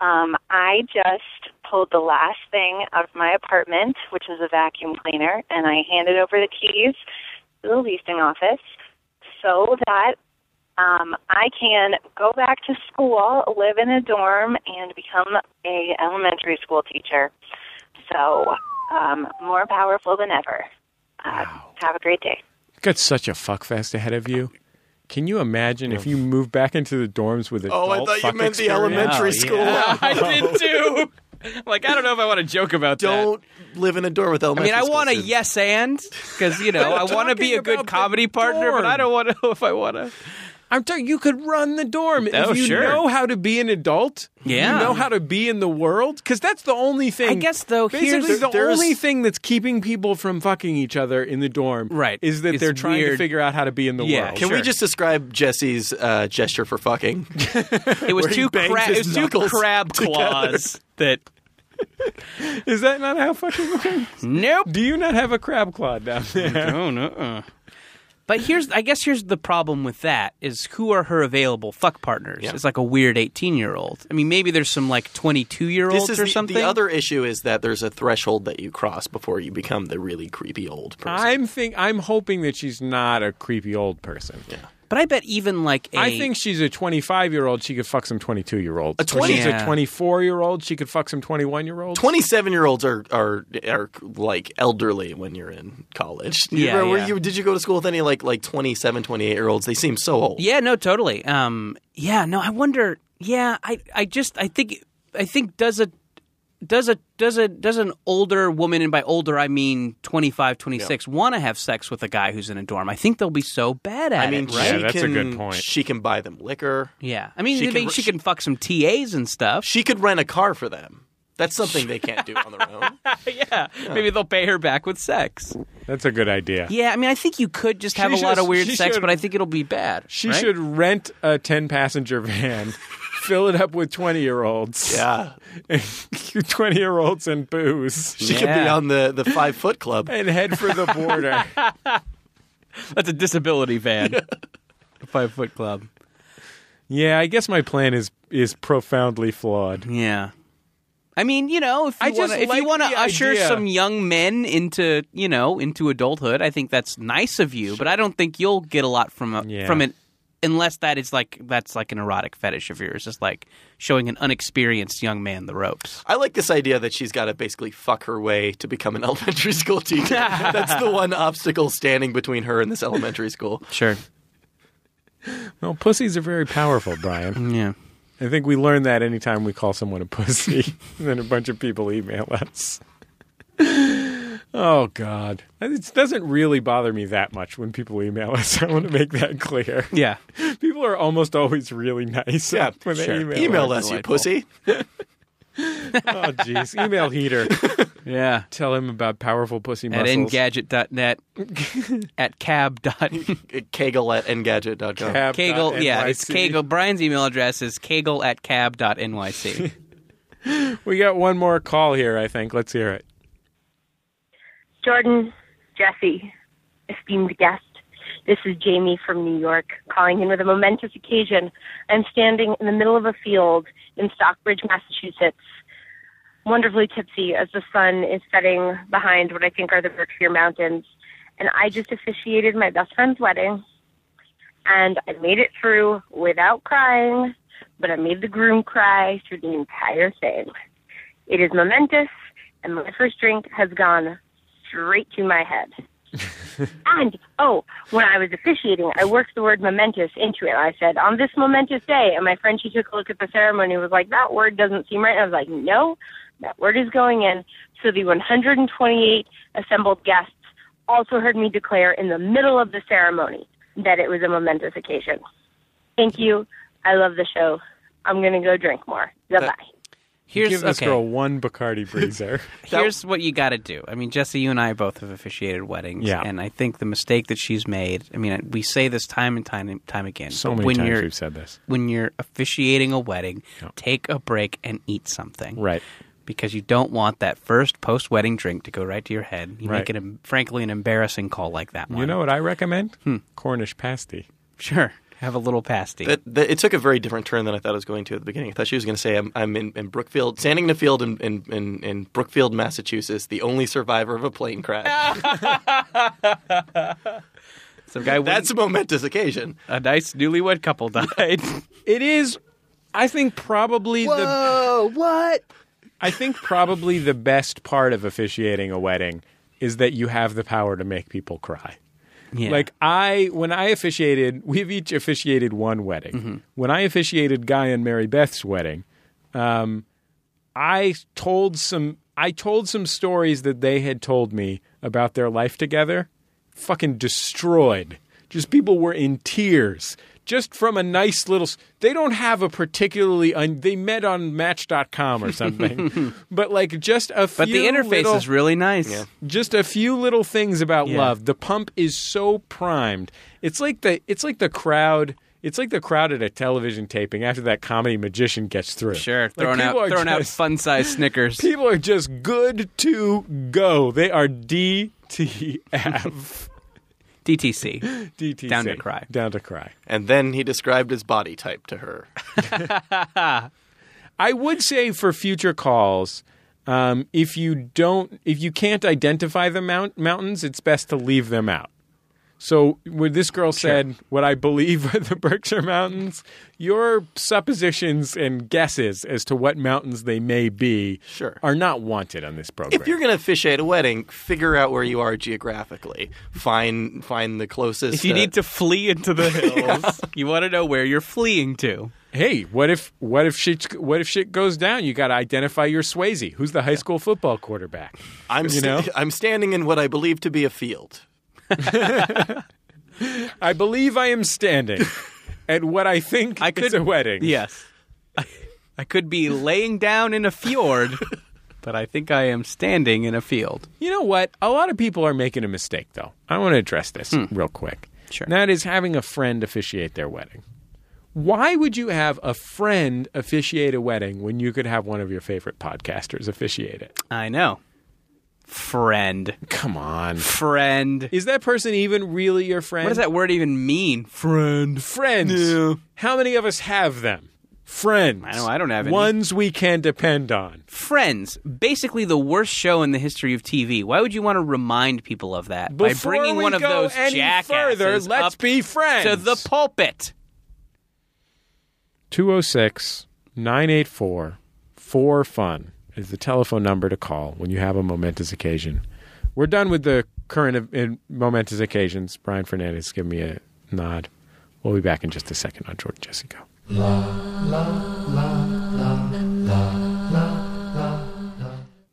Speaker 8: Um, I just pulled the last thing out of my apartment, which was a vacuum cleaner, and I handed over the keys to the leasing office so that um, I can go back to school, live in a dorm, and become a elementary school teacher. So, um, more powerful than ever. Uh, Have a great day.
Speaker 3: got such a fuckfest ahead of you. Can you imagine if you move back into the dorms with
Speaker 5: Oh, I
Speaker 3: adult
Speaker 5: thought you
Speaker 3: fuck
Speaker 5: meant the
Speaker 3: experience?
Speaker 5: elementary
Speaker 4: Oh,
Speaker 5: school.
Speaker 4: yeah. I did too. (laughs) Like I don't know if I want to joke about that.
Speaker 5: Don't live in a dorm with
Speaker 4: I
Speaker 5: elementary.
Speaker 4: mean, I
Speaker 5: school
Speaker 4: want a
Speaker 5: students.
Speaker 4: yes and because you know I want to be a
Speaker 3: talking
Speaker 4: good
Speaker 3: about the
Speaker 4: comedy partner, but
Speaker 3: dorm.
Speaker 4: I don't want to know (laughs) if I want to.
Speaker 3: I'm telling you, you could run the dorm
Speaker 4: Oh,
Speaker 3: if you
Speaker 4: sure.
Speaker 3: know how to be an adult.
Speaker 4: Yeah.
Speaker 3: you know how to be in the world because that's the only thing.
Speaker 4: I guess, though, here's-
Speaker 3: basically the
Speaker 5: There's-
Speaker 3: only thing that's keeping people from fucking each other in the dorm,
Speaker 4: Right.
Speaker 3: Is that
Speaker 4: It's
Speaker 3: they're trying to
Speaker 4: weird.
Speaker 3: figure out how to be in the
Speaker 4: Yeah.
Speaker 3: world.
Speaker 5: Can we
Speaker 4: Sure.
Speaker 5: just describe Jesse's uh, gesture for (laughs) fucking?
Speaker 4: It was
Speaker 5: Where he
Speaker 4: two
Speaker 5: banged
Speaker 4: crab. It
Speaker 5: his
Speaker 4: was two
Speaker 5: knuckles
Speaker 4: crab
Speaker 5: (laughs) together.
Speaker 4: claws that.
Speaker 3: Is that not how fucking? (laughs) works?
Speaker 4: Nope.
Speaker 3: Do you not have a crab claw down there?
Speaker 4: Oh no. uh. But here's, I guess, here's the problem with that is who are her available fuck partners?
Speaker 5: Yeah.
Speaker 4: It's like a weird eighteen-year-old. I mean, maybe there's some like twenty-two-year-olds
Speaker 5: This is
Speaker 4: or
Speaker 5: the,
Speaker 4: something.
Speaker 5: the other issue is that there's a threshold that you cross before you become the really creepy old person.
Speaker 3: I'm think I'm hoping that she's not a creepy old person.
Speaker 4: But I bet even like a
Speaker 3: I think she's a 25 year old. She could fuck some 22 year olds.
Speaker 5: A 20
Speaker 3: she's
Speaker 4: Yeah.
Speaker 3: a 24 year old. She could fuck some 21 year olds.
Speaker 5: 27 year olds are, are are like elderly when you're in college. You
Speaker 4: Yeah,
Speaker 5: remember- were
Speaker 4: yeah.
Speaker 5: you- did you go to school with any like like 27, 28 year olds? They seem so old.
Speaker 4: Yeah, no, totally. Um, yeah, no, I wonder. Yeah, I, I just, I think, I think does a, does a, does a, does an older woman, and by older I mean 25, 26, want to have sex with a guy who's in a dorm? I think they'll be so bad at
Speaker 5: I mean,
Speaker 4: it, right?
Speaker 5: she
Speaker 3: Yeah, that's a
Speaker 5: can,
Speaker 3: good point.
Speaker 5: She can buy them liquor.
Speaker 4: Yeah, I mean,
Speaker 5: She
Speaker 4: she,
Speaker 5: can-
Speaker 4: can, she can fuck some TAs and stuff.
Speaker 5: She could rent a car for them. That's something they can't do on their
Speaker 4: (laughs)
Speaker 5: own.
Speaker 4: yeah, maybe they'll pay her back with sex.
Speaker 3: That's a good idea.
Speaker 4: Yeah, I mean, I think you could just have
Speaker 3: She
Speaker 4: a lot
Speaker 3: should-
Speaker 4: of weird
Speaker 3: she
Speaker 4: sex,
Speaker 3: should-
Speaker 4: but I think it'll be bad.
Speaker 3: She
Speaker 4: right?
Speaker 3: should rent a 10 passenger van, fill it up with 20 year olds.
Speaker 5: Yeah,
Speaker 3: (laughs) 20 year olds and booze.
Speaker 5: she could be
Speaker 4: Yeah.
Speaker 5: on the the five foot club.
Speaker 3: And head for the border.
Speaker 4: That's a disability van. (laughs) (laughs) Five Foot Club.
Speaker 3: yeah, I guess my plan is is profoundly flawed.
Speaker 4: Yeah. I mean, you know, if
Speaker 3: I
Speaker 4: you
Speaker 3: just
Speaker 4: want to, if
Speaker 3: like
Speaker 4: you want
Speaker 3: the
Speaker 4: to usher
Speaker 3: idea.
Speaker 4: some young men into, you know, into adulthood, I think that's nice of you. But I don't think you'll get a lot from a,
Speaker 3: Yeah.
Speaker 4: from it unless that is like that's like an erotic fetish of yours, just like showing an unexperienced young man the ropes.
Speaker 5: I like this idea that she's got to basically fuck her way to become an (laughs) elementary school teacher. (laughs) That's the one obstacle standing between her and this elementary school.
Speaker 4: Sure.
Speaker 3: Well, pussies are very powerful, Brian.
Speaker 4: Yeah.
Speaker 3: I think we learn that anytime we call someone a pussy. (laughs) and then a bunch of people email us. Oh God! It doesn't really bother me that much when people email us. (laughs) I want to make that clear.
Speaker 4: Yeah.
Speaker 3: People are almost always really nice.
Speaker 4: (laughs)
Speaker 5: Yeah,
Speaker 3: (laughs) when they
Speaker 5: sure.
Speaker 3: email,
Speaker 5: Email
Speaker 3: us.
Speaker 5: us, you
Speaker 3: (laughs)
Speaker 4: Delightful.
Speaker 5: pussy.
Speaker 3: Oh, jeez. Email (laughs) heater.
Speaker 4: Yeah.
Speaker 3: Tell him about powerful pussy
Speaker 4: At
Speaker 3: muscles. (laughs)
Speaker 4: engadget.net at cab dot
Speaker 5: Kegel at engadget.com.
Speaker 3: Cab dot
Speaker 4: Kegel. Yeah, it's
Speaker 3: NYC.
Speaker 4: Kegel. Brian's email address is kegel at cab dot
Speaker 3: (laughs)
Speaker 4: nyc.
Speaker 3: We got one more call here, I think. Let's hear it.
Speaker 9: Jordan, Jesse, esteemed guest. This is Jamie from New York calling in with a momentous occasion. I'm standing in the middle of a field in Stockbridge, Massachusetts, wonderfully tipsy as the sun is setting behind what I think are the Berkshire Mountains. And I just officiated my best friend's wedding. and I made it through without crying, but I made the groom cry through the entire thing. It is momentous, and my first drink has gone straight to my head. and oh, when I was officiating, I worked the word momentous into it. I said, on this momentous day, and my friend, she took a look at the ceremony and was like, that word doesn't seem right. And I was like, no, that word is going in. So the 128 assembled guests also heard me declare in the middle of the ceremony that it was a momentous occasion. Thank you. I love the show. I'm going to go drink more. Goodbye.
Speaker 4: Here's
Speaker 3: Give this
Speaker 4: okay.
Speaker 3: girl one Bacardi (laughs) Breezer.
Speaker 4: Here's what you got to do. I mean, Jesse, you and I both have officiated weddings,
Speaker 3: Yeah.
Speaker 4: and I think the mistake that she's made. I mean, we say this time and time and time again.
Speaker 3: so
Speaker 4: but
Speaker 3: many
Speaker 4: when
Speaker 3: times
Speaker 4: you're
Speaker 3: we've said this.
Speaker 4: when you're officiating a wedding, take a break and eat something,
Speaker 3: Right.
Speaker 4: Because you don't want that first post-wedding drink to go right to your head. You
Speaker 3: Right.
Speaker 4: make it, em- frankly, an embarrassing call like that one.
Speaker 3: You know what I recommend? Cornish pasty.
Speaker 4: sure, have a little pasty.
Speaker 5: That, that, it took a very different turn than I thought it was going to at the beginning. I thought she was going to say, "I'm, I'm in, in Brookfield, standing in a field in, in, in, in Brookfield, Massachusetts, the only survivor of a plane crash."
Speaker 4: Some guy,
Speaker 5: That's a momentous occasion.
Speaker 4: a nice newlywed couple
Speaker 3: (laughs)
Speaker 4: died.
Speaker 3: It is, I think, probably the
Speaker 5: Whoa! What?
Speaker 3: I think probably the best part of officiating a wedding is that you have the power to make people cry.
Speaker 4: Yeah.
Speaker 3: Like I, when I officiated, we've each officiated one wedding.
Speaker 4: Mm-hmm.
Speaker 3: When I officiated Guy and Mary Beth's wedding, um, I told some I told some stories that they had told me about their life together. Fucking destroyed. Just people were in tears. Just from a nice little. s- They don't have a particularly. Un, they met on Match.com or
Speaker 4: (laughs)
Speaker 3: something, but like just a. Few
Speaker 4: but the interface
Speaker 3: little,
Speaker 4: is really nice.
Speaker 3: just a few little things about
Speaker 4: Yeah.
Speaker 3: love. The pump is so primed. It's like the it's like the crowd. It's like the crowd at a television taping after that comedy magician gets through.
Speaker 4: Sure,
Speaker 3: Like,
Speaker 4: throwing
Speaker 3: people
Speaker 4: out
Speaker 3: are
Speaker 4: throwing out
Speaker 3: just- (laughs)
Speaker 4: fun size Snickers.
Speaker 3: People are just good to go. They are
Speaker 4: (laughs)
Speaker 3: DTF.
Speaker 4: DTC.
Speaker 3: DTC.
Speaker 4: Down to cry.
Speaker 3: Down to cry.
Speaker 5: And then he described his body type to her.
Speaker 3: I would say for future calls, um, if you don't, if you can't identify the mount- mountains, it's best to leave them out. So when this girl said what I believe are the (laughs) Berkshire Mountains, your suppositions and guesses as to what mountains they may be
Speaker 5: Sure.
Speaker 3: are not wanted on this program.
Speaker 5: If you're going to officiate a wedding, figure out where you are geographically. Find find the closest.
Speaker 4: If (laughs) you
Speaker 5: uh,
Speaker 4: need to flee
Speaker 3: (laughs)
Speaker 4: into the hills, you want to know where you're fleeing to.
Speaker 3: hey, what if what if shit what if shit goes down? You got to identify your Swayze, who's the high school football quarterback.
Speaker 5: I'm
Speaker 3: you
Speaker 5: sta- (laughs)
Speaker 3: know?
Speaker 5: I'm standing in what I believe to be a field.
Speaker 3: I believe I am
Speaker 5: (laughs)
Speaker 3: standing at what I think
Speaker 4: I could
Speaker 3: is a wedding.
Speaker 4: Yes, I, I could be laying down in a fjord,
Speaker 3: (laughs)
Speaker 4: but I think I am standing in a field.
Speaker 3: You know what? A lot of people are making a mistake, though. I want to address this real quick.
Speaker 4: Hmm. Sure.
Speaker 3: And That is having a friend officiate their wedding. Why would you have a friend officiate a wedding when you could have one of your favorite podcasters officiate it?
Speaker 4: I know. Friend,
Speaker 3: Come on.
Speaker 4: friend.
Speaker 3: Is that person even really your friend?
Speaker 4: What does that word even mean? Friend.
Speaker 3: Friends.
Speaker 4: No.
Speaker 3: How many of us have them? Friends.
Speaker 4: I know I don't have any.
Speaker 3: Ones we can depend on.
Speaker 4: Friends, basically the worst show in the history of TV. Why would you want to remind people of that
Speaker 3: Before
Speaker 4: by bringing
Speaker 3: we
Speaker 4: one of
Speaker 3: go
Speaker 4: those
Speaker 3: any
Speaker 4: jackasses
Speaker 3: further, let's
Speaker 4: up
Speaker 3: be friends.
Speaker 4: to the pulpit?
Speaker 3: 206 984 4FUN is the telephone number to call when you have a momentous occasion. We're done with the current ev- in- momentous occasions. Brian Fernandez, give me a nod. We'll be back in just a second on Jordan Jessica.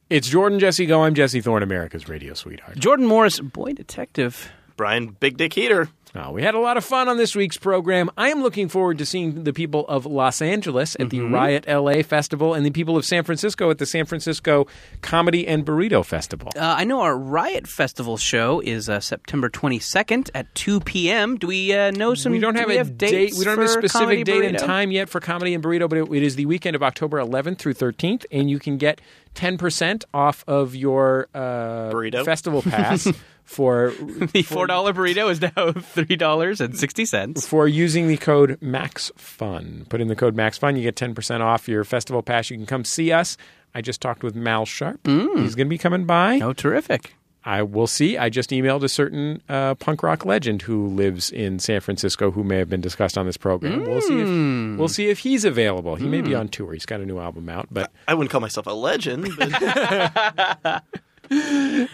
Speaker 3: It's Jordan Jesse Go. I'm Jesse Thorne, America's radio sweetheart.
Speaker 4: Jordan Morris, boy detective.
Speaker 5: Brian Big Dick Heater.
Speaker 3: Uh, we had a lot of fun on this week's program. I am looking forward to seeing the people of Los Angeles at
Speaker 4: Mm-hmm.
Speaker 3: the Riot LA Festival and the people of San Francisco at the San Francisco Comedy and Burrito Festival.
Speaker 4: Uh, I know our Riot Festival show is uh, September 22nd at 2 p.m. Do we uh, know some?
Speaker 3: we don't
Speaker 4: do
Speaker 3: have
Speaker 4: we
Speaker 3: a
Speaker 4: have
Speaker 3: date.
Speaker 4: dates
Speaker 3: We don't have a
Speaker 4: for Comedy
Speaker 3: specific date and
Speaker 4: Burrito? (laughs)
Speaker 3: time yet for Comedy and Burrito, but it, it is the weekend of October 11th through 13th, and you can get 10% off of your uh,
Speaker 5: Burrito?
Speaker 4: (laughs)
Speaker 3: festival pass for
Speaker 4: The four dollar burrito is now (laughs) three dollars and sixty cents.
Speaker 3: for using the code MAXFUN. Put in the code MAXFUN, you get 10% off your festival
Speaker 4: Mm.
Speaker 3: pass. You can come see us. I just talked with Mal Sharp. He's going to be coming by.
Speaker 4: Oh, terrific!
Speaker 3: I will see. I just emailed a certain uh, punk rock legend who lives in San Francisco, who may have been discussed on this program. We'll see
Speaker 4: Mm.
Speaker 3: if we'll see if he's available. He may be on tour. He's got a new album out, but
Speaker 5: I wouldn't call myself a legend,
Speaker 4: (laughs)
Speaker 5: but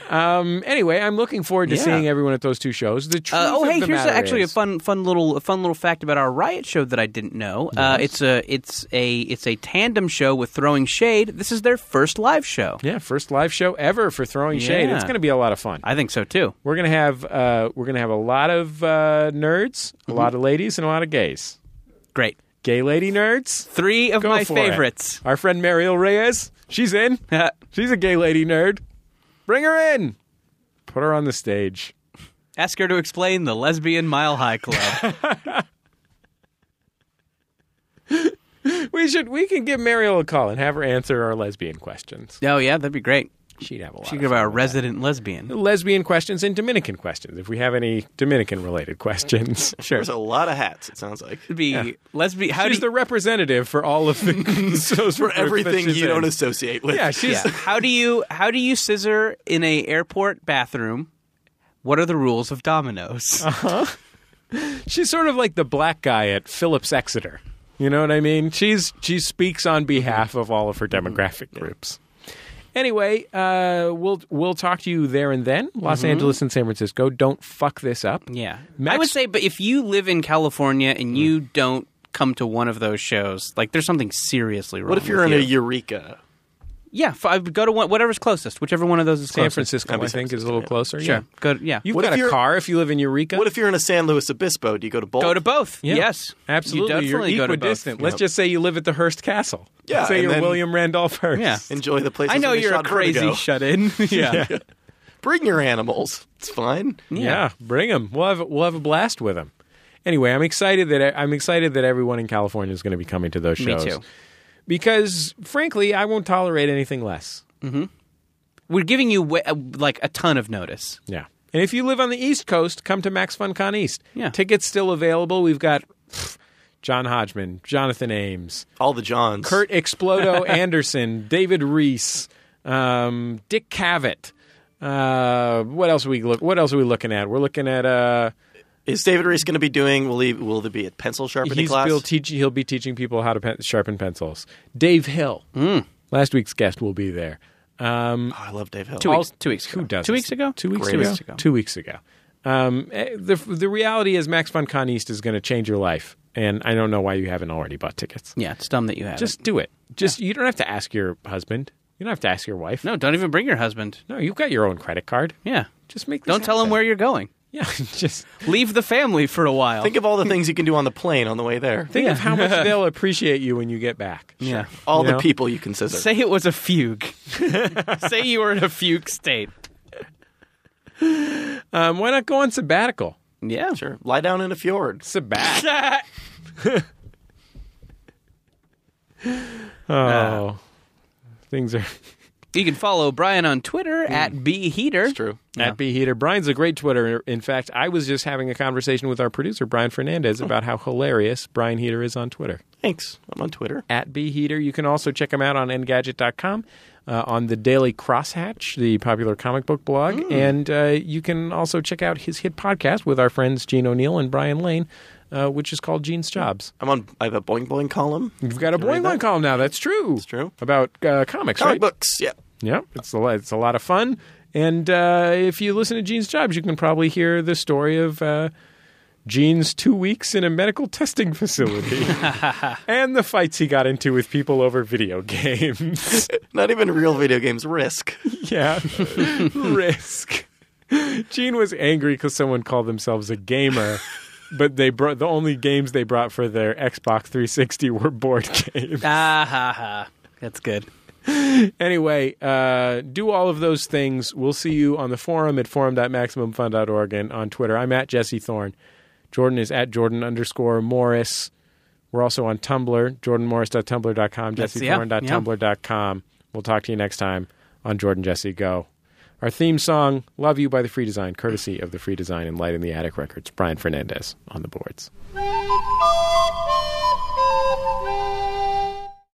Speaker 3: um, anyway, I'm looking forward to
Speaker 4: Yeah.
Speaker 3: seeing everyone at those two shows. The truth
Speaker 4: Uh, oh,
Speaker 3: of
Speaker 4: hey,
Speaker 3: the
Speaker 4: here's
Speaker 3: matter
Speaker 4: actually
Speaker 3: is-
Speaker 4: a fun, fun little, a fun little fact about our riot show that I didn't know. Uh, it's a, it's a, it's a tandem show with Throwing Shade. This is their first live show.
Speaker 3: Yeah, first live show ever for Throwing Shade.
Speaker 4: Yeah.
Speaker 3: It's going to be a lot of fun.
Speaker 4: I think so too.
Speaker 3: We're gonna have uh, we're gonna have a lot of uh, nerds, a lot of ladies, and a lot of gays.
Speaker 4: Great.
Speaker 3: Gay lady nerds.
Speaker 4: Three of
Speaker 3: Go
Speaker 4: my
Speaker 3: for it.
Speaker 4: favorites. (laughs)
Speaker 3: Our friend Mariel Reyes. She's in. She's a gay lady nerd. Bring her in. Put her on the stage.
Speaker 4: Ask her to explain the lesbian Mile High Club.
Speaker 3: We should. We can give Mariel a call and have her answer our lesbian questions.
Speaker 4: oh yeah, that'd be great.
Speaker 3: She'd have a lot.
Speaker 4: She
Speaker 3: of
Speaker 4: could be
Speaker 3: fun.
Speaker 4: our resident lesbian.
Speaker 3: lesbian questions and Dominican questions. If we have any Dominican related questions, sure.
Speaker 5: there's a lot of hats. It sounds like
Speaker 4: It'd be lesbian. How do
Speaker 3: She's
Speaker 4: you,
Speaker 3: the representative for all of the those
Speaker 5: for
Speaker 3: groups that
Speaker 5: everything
Speaker 3: she's
Speaker 5: you don't
Speaker 3: in.
Speaker 5: associate with.
Speaker 3: Yeah, she's
Speaker 4: yeah. how do you how do you scissor in a airport bathroom? What are the rules of dominoes?
Speaker 3: she's sort of like the black guy at Phillips Exeter. You know what I mean? She's she speaks on behalf of all of her demographic groups. Anyway, uh, we'll we'll talk to you there and then. Los Angeles and San Francisco. Don't fuck this up.
Speaker 4: Yeah.
Speaker 3: Max-
Speaker 4: I would say, but if you live in California and you don't come to one of those shows, like there's something seriously wrong.
Speaker 5: What if you're
Speaker 4: with
Speaker 5: in a
Speaker 4: you.
Speaker 5: Eureka?
Speaker 4: Yeah, f- I would go to one, whatever's closest, whihatever one of those is
Speaker 3: San
Speaker 4: closest.
Speaker 3: Francisco,
Speaker 5: That'd be
Speaker 3: I
Speaker 5: San
Speaker 3: think, is a little closer.
Speaker 4: Sure.
Speaker 3: Yeah.
Speaker 4: Go to, yeah.
Speaker 3: You've
Speaker 5: What if
Speaker 3: got a
Speaker 5: you're-
Speaker 3: car if you live in Eureka.
Speaker 5: What if you're in a San Luis Obispo? Do you go to both?
Speaker 4: go to both.
Speaker 3: Yeah.
Speaker 4: Yes.
Speaker 3: Absolutely,
Speaker 4: You definitely
Speaker 3: are
Speaker 4: go to both.
Speaker 3: equidistant. Let's just say you live at the Hearst Castle.
Speaker 5: Yeah,
Speaker 3: Let's say
Speaker 5: and
Speaker 3: you're
Speaker 5: then-
Speaker 3: William Randolph Hearst.
Speaker 4: Yeah.
Speaker 5: Enjoy the place.
Speaker 4: I know you're a crazy shut in. (laughs) yeah. yeah.
Speaker 5: Bring your animals. It's fine.
Speaker 3: Yeah, bring them. We'll have we'll have a blast with them. Anyway, I'm excited that e, I'm excited that everyone in California is going to be coming to those
Speaker 4: Me
Speaker 3: shows.
Speaker 4: too.
Speaker 3: Because frankly, I won't tolerate anything less.
Speaker 4: We're giving you wa- uh, like a ton of notice.
Speaker 3: Yeah. And if you live on the East Coast, come to Max FunCon East.
Speaker 4: Yeah.
Speaker 3: Tickets still available. We've got pff, John Hodgman, Jonathan Ames,
Speaker 5: All the Johns.
Speaker 3: Kurt
Speaker 4: (laughs)
Speaker 3: Explodo Anderson, David Reese, um, Dick Cavett. Uh, what else are we look? What else are we looking at? We're looking at uh,
Speaker 5: Is David Reese going to be doing? Will he? Will there be a pencil sharpening
Speaker 3: he's
Speaker 5: class?
Speaker 3: Bill teach, he'll be teaching people how to pen, sharpen pencils. Dave Hill,
Speaker 4: Hmm.
Speaker 3: last week's guest, will be there. Um,
Speaker 5: Oh, I love Dave Hill.
Speaker 4: Two weeks. Two weeks.
Speaker 3: who
Speaker 4: ago.
Speaker 3: does
Speaker 4: Two
Speaker 3: this?
Speaker 4: weeks ago.
Speaker 3: Two weeks
Speaker 5: Great.
Speaker 3: ago.
Speaker 5: Two weeks
Speaker 4: ago.
Speaker 3: Two weeks ago. Um, eh, the the reality is Max von Con East is going to change your life, and I don't know why you haven't already bought tickets.
Speaker 4: Yeah, it's dumb that you have
Speaker 3: Just do it. Just you don't have to ask your husband. You don't have to ask your wife.
Speaker 4: no. Don't even bring your husband.
Speaker 3: no you've got your own credit card.
Speaker 4: Yeah.
Speaker 3: Just make. This
Speaker 4: Don't tell him
Speaker 3: happen.
Speaker 4: where you're going.
Speaker 3: (laughs) Yeah, just
Speaker 4: Leave the family for a while.
Speaker 5: Think of all the things you can do on the plane on the way there.
Speaker 3: think of how
Speaker 4: (laughs)
Speaker 3: much they'll appreciate you when you get back.
Speaker 4: yeah.
Speaker 5: all
Speaker 3: you
Speaker 5: the
Speaker 3: know?
Speaker 5: people you can scissor.
Speaker 4: Say it was a fugue.
Speaker 5: (laughs)
Speaker 4: Say you were in a fugue state.
Speaker 3: Um, why not go on sabbatical?
Speaker 4: Yeah.
Speaker 5: Sure. Lie down in a fjord.
Speaker 3: Sabbat. Oh, things are
Speaker 4: You can follow Brian on Twitter at bheater.
Speaker 5: Mm. It's true.
Speaker 3: at B Heater. Brian's a great Twitter. In fact, I was just having a conversation with our producer Brian Fernandez about how hilarious Brian Heater is on Twitter.
Speaker 5: Thanks. I'm on Twitter.
Speaker 3: At B Heater, you can also check him out on Engadget.com. Uh, on the Daily Crosshatch, the popular comic book blog. And uh, you can also check out his hit podcast with our friends Gene O'Neill and Brian Lane, uh, which is called Gene's Jobs.
Speaker 5: I'm on. I have a boing boing column.
Speaker 3: You've got a
Speaker 5: read
Speaker 3: boing boing
Speaker 5: that?
Speaker 3: column now. That's true. That's
Speaker 5: true.
Speaker 3: About uh, comics,
Speaker 5: Comic
Speaker 3: right?
Speaker 5: books. Yeah.
Speaker 3: Yeah, it's a lot, it's a lot of fun. And uh, if you listen to Gene's Jobs, you can probably hear the story of uh, Gene's two weeks in a medical testing
Speaker 5: (laughs)
Speaker 3: facility and the fights he got into with people over video games. (laughs)
Speaker 5: Not even real video games. Risk.
Speaker 3: yeah, (laughs) risk. Gene was angry because someone called themselves a gamer. But they brought the only games they brought for their Xbox 360 were board (laughs) games.
Speaker 4: Ah ha ha. That's good.
Speaker 3: (laughs) Anyway, uh, do all of those things. We'll see you on the forum at forum.maximumfun.org and on Twitter. I'm at Jesse Thorne. Jordan is at Jordan underscore Morris. We're also on Tumblr, jordanmorris.tumblr.com,
Speaker 4: That's- yeah,
Speaker 3: jessethorne.tumblr.com. We'll talk to you next time on Jordan Jesse Go. Our theme song, Love You by The Free Design, courtesy of The Free Design and Light in the Attic Records. Brian Fernandez on the boards.
Speaker 1: Thank you.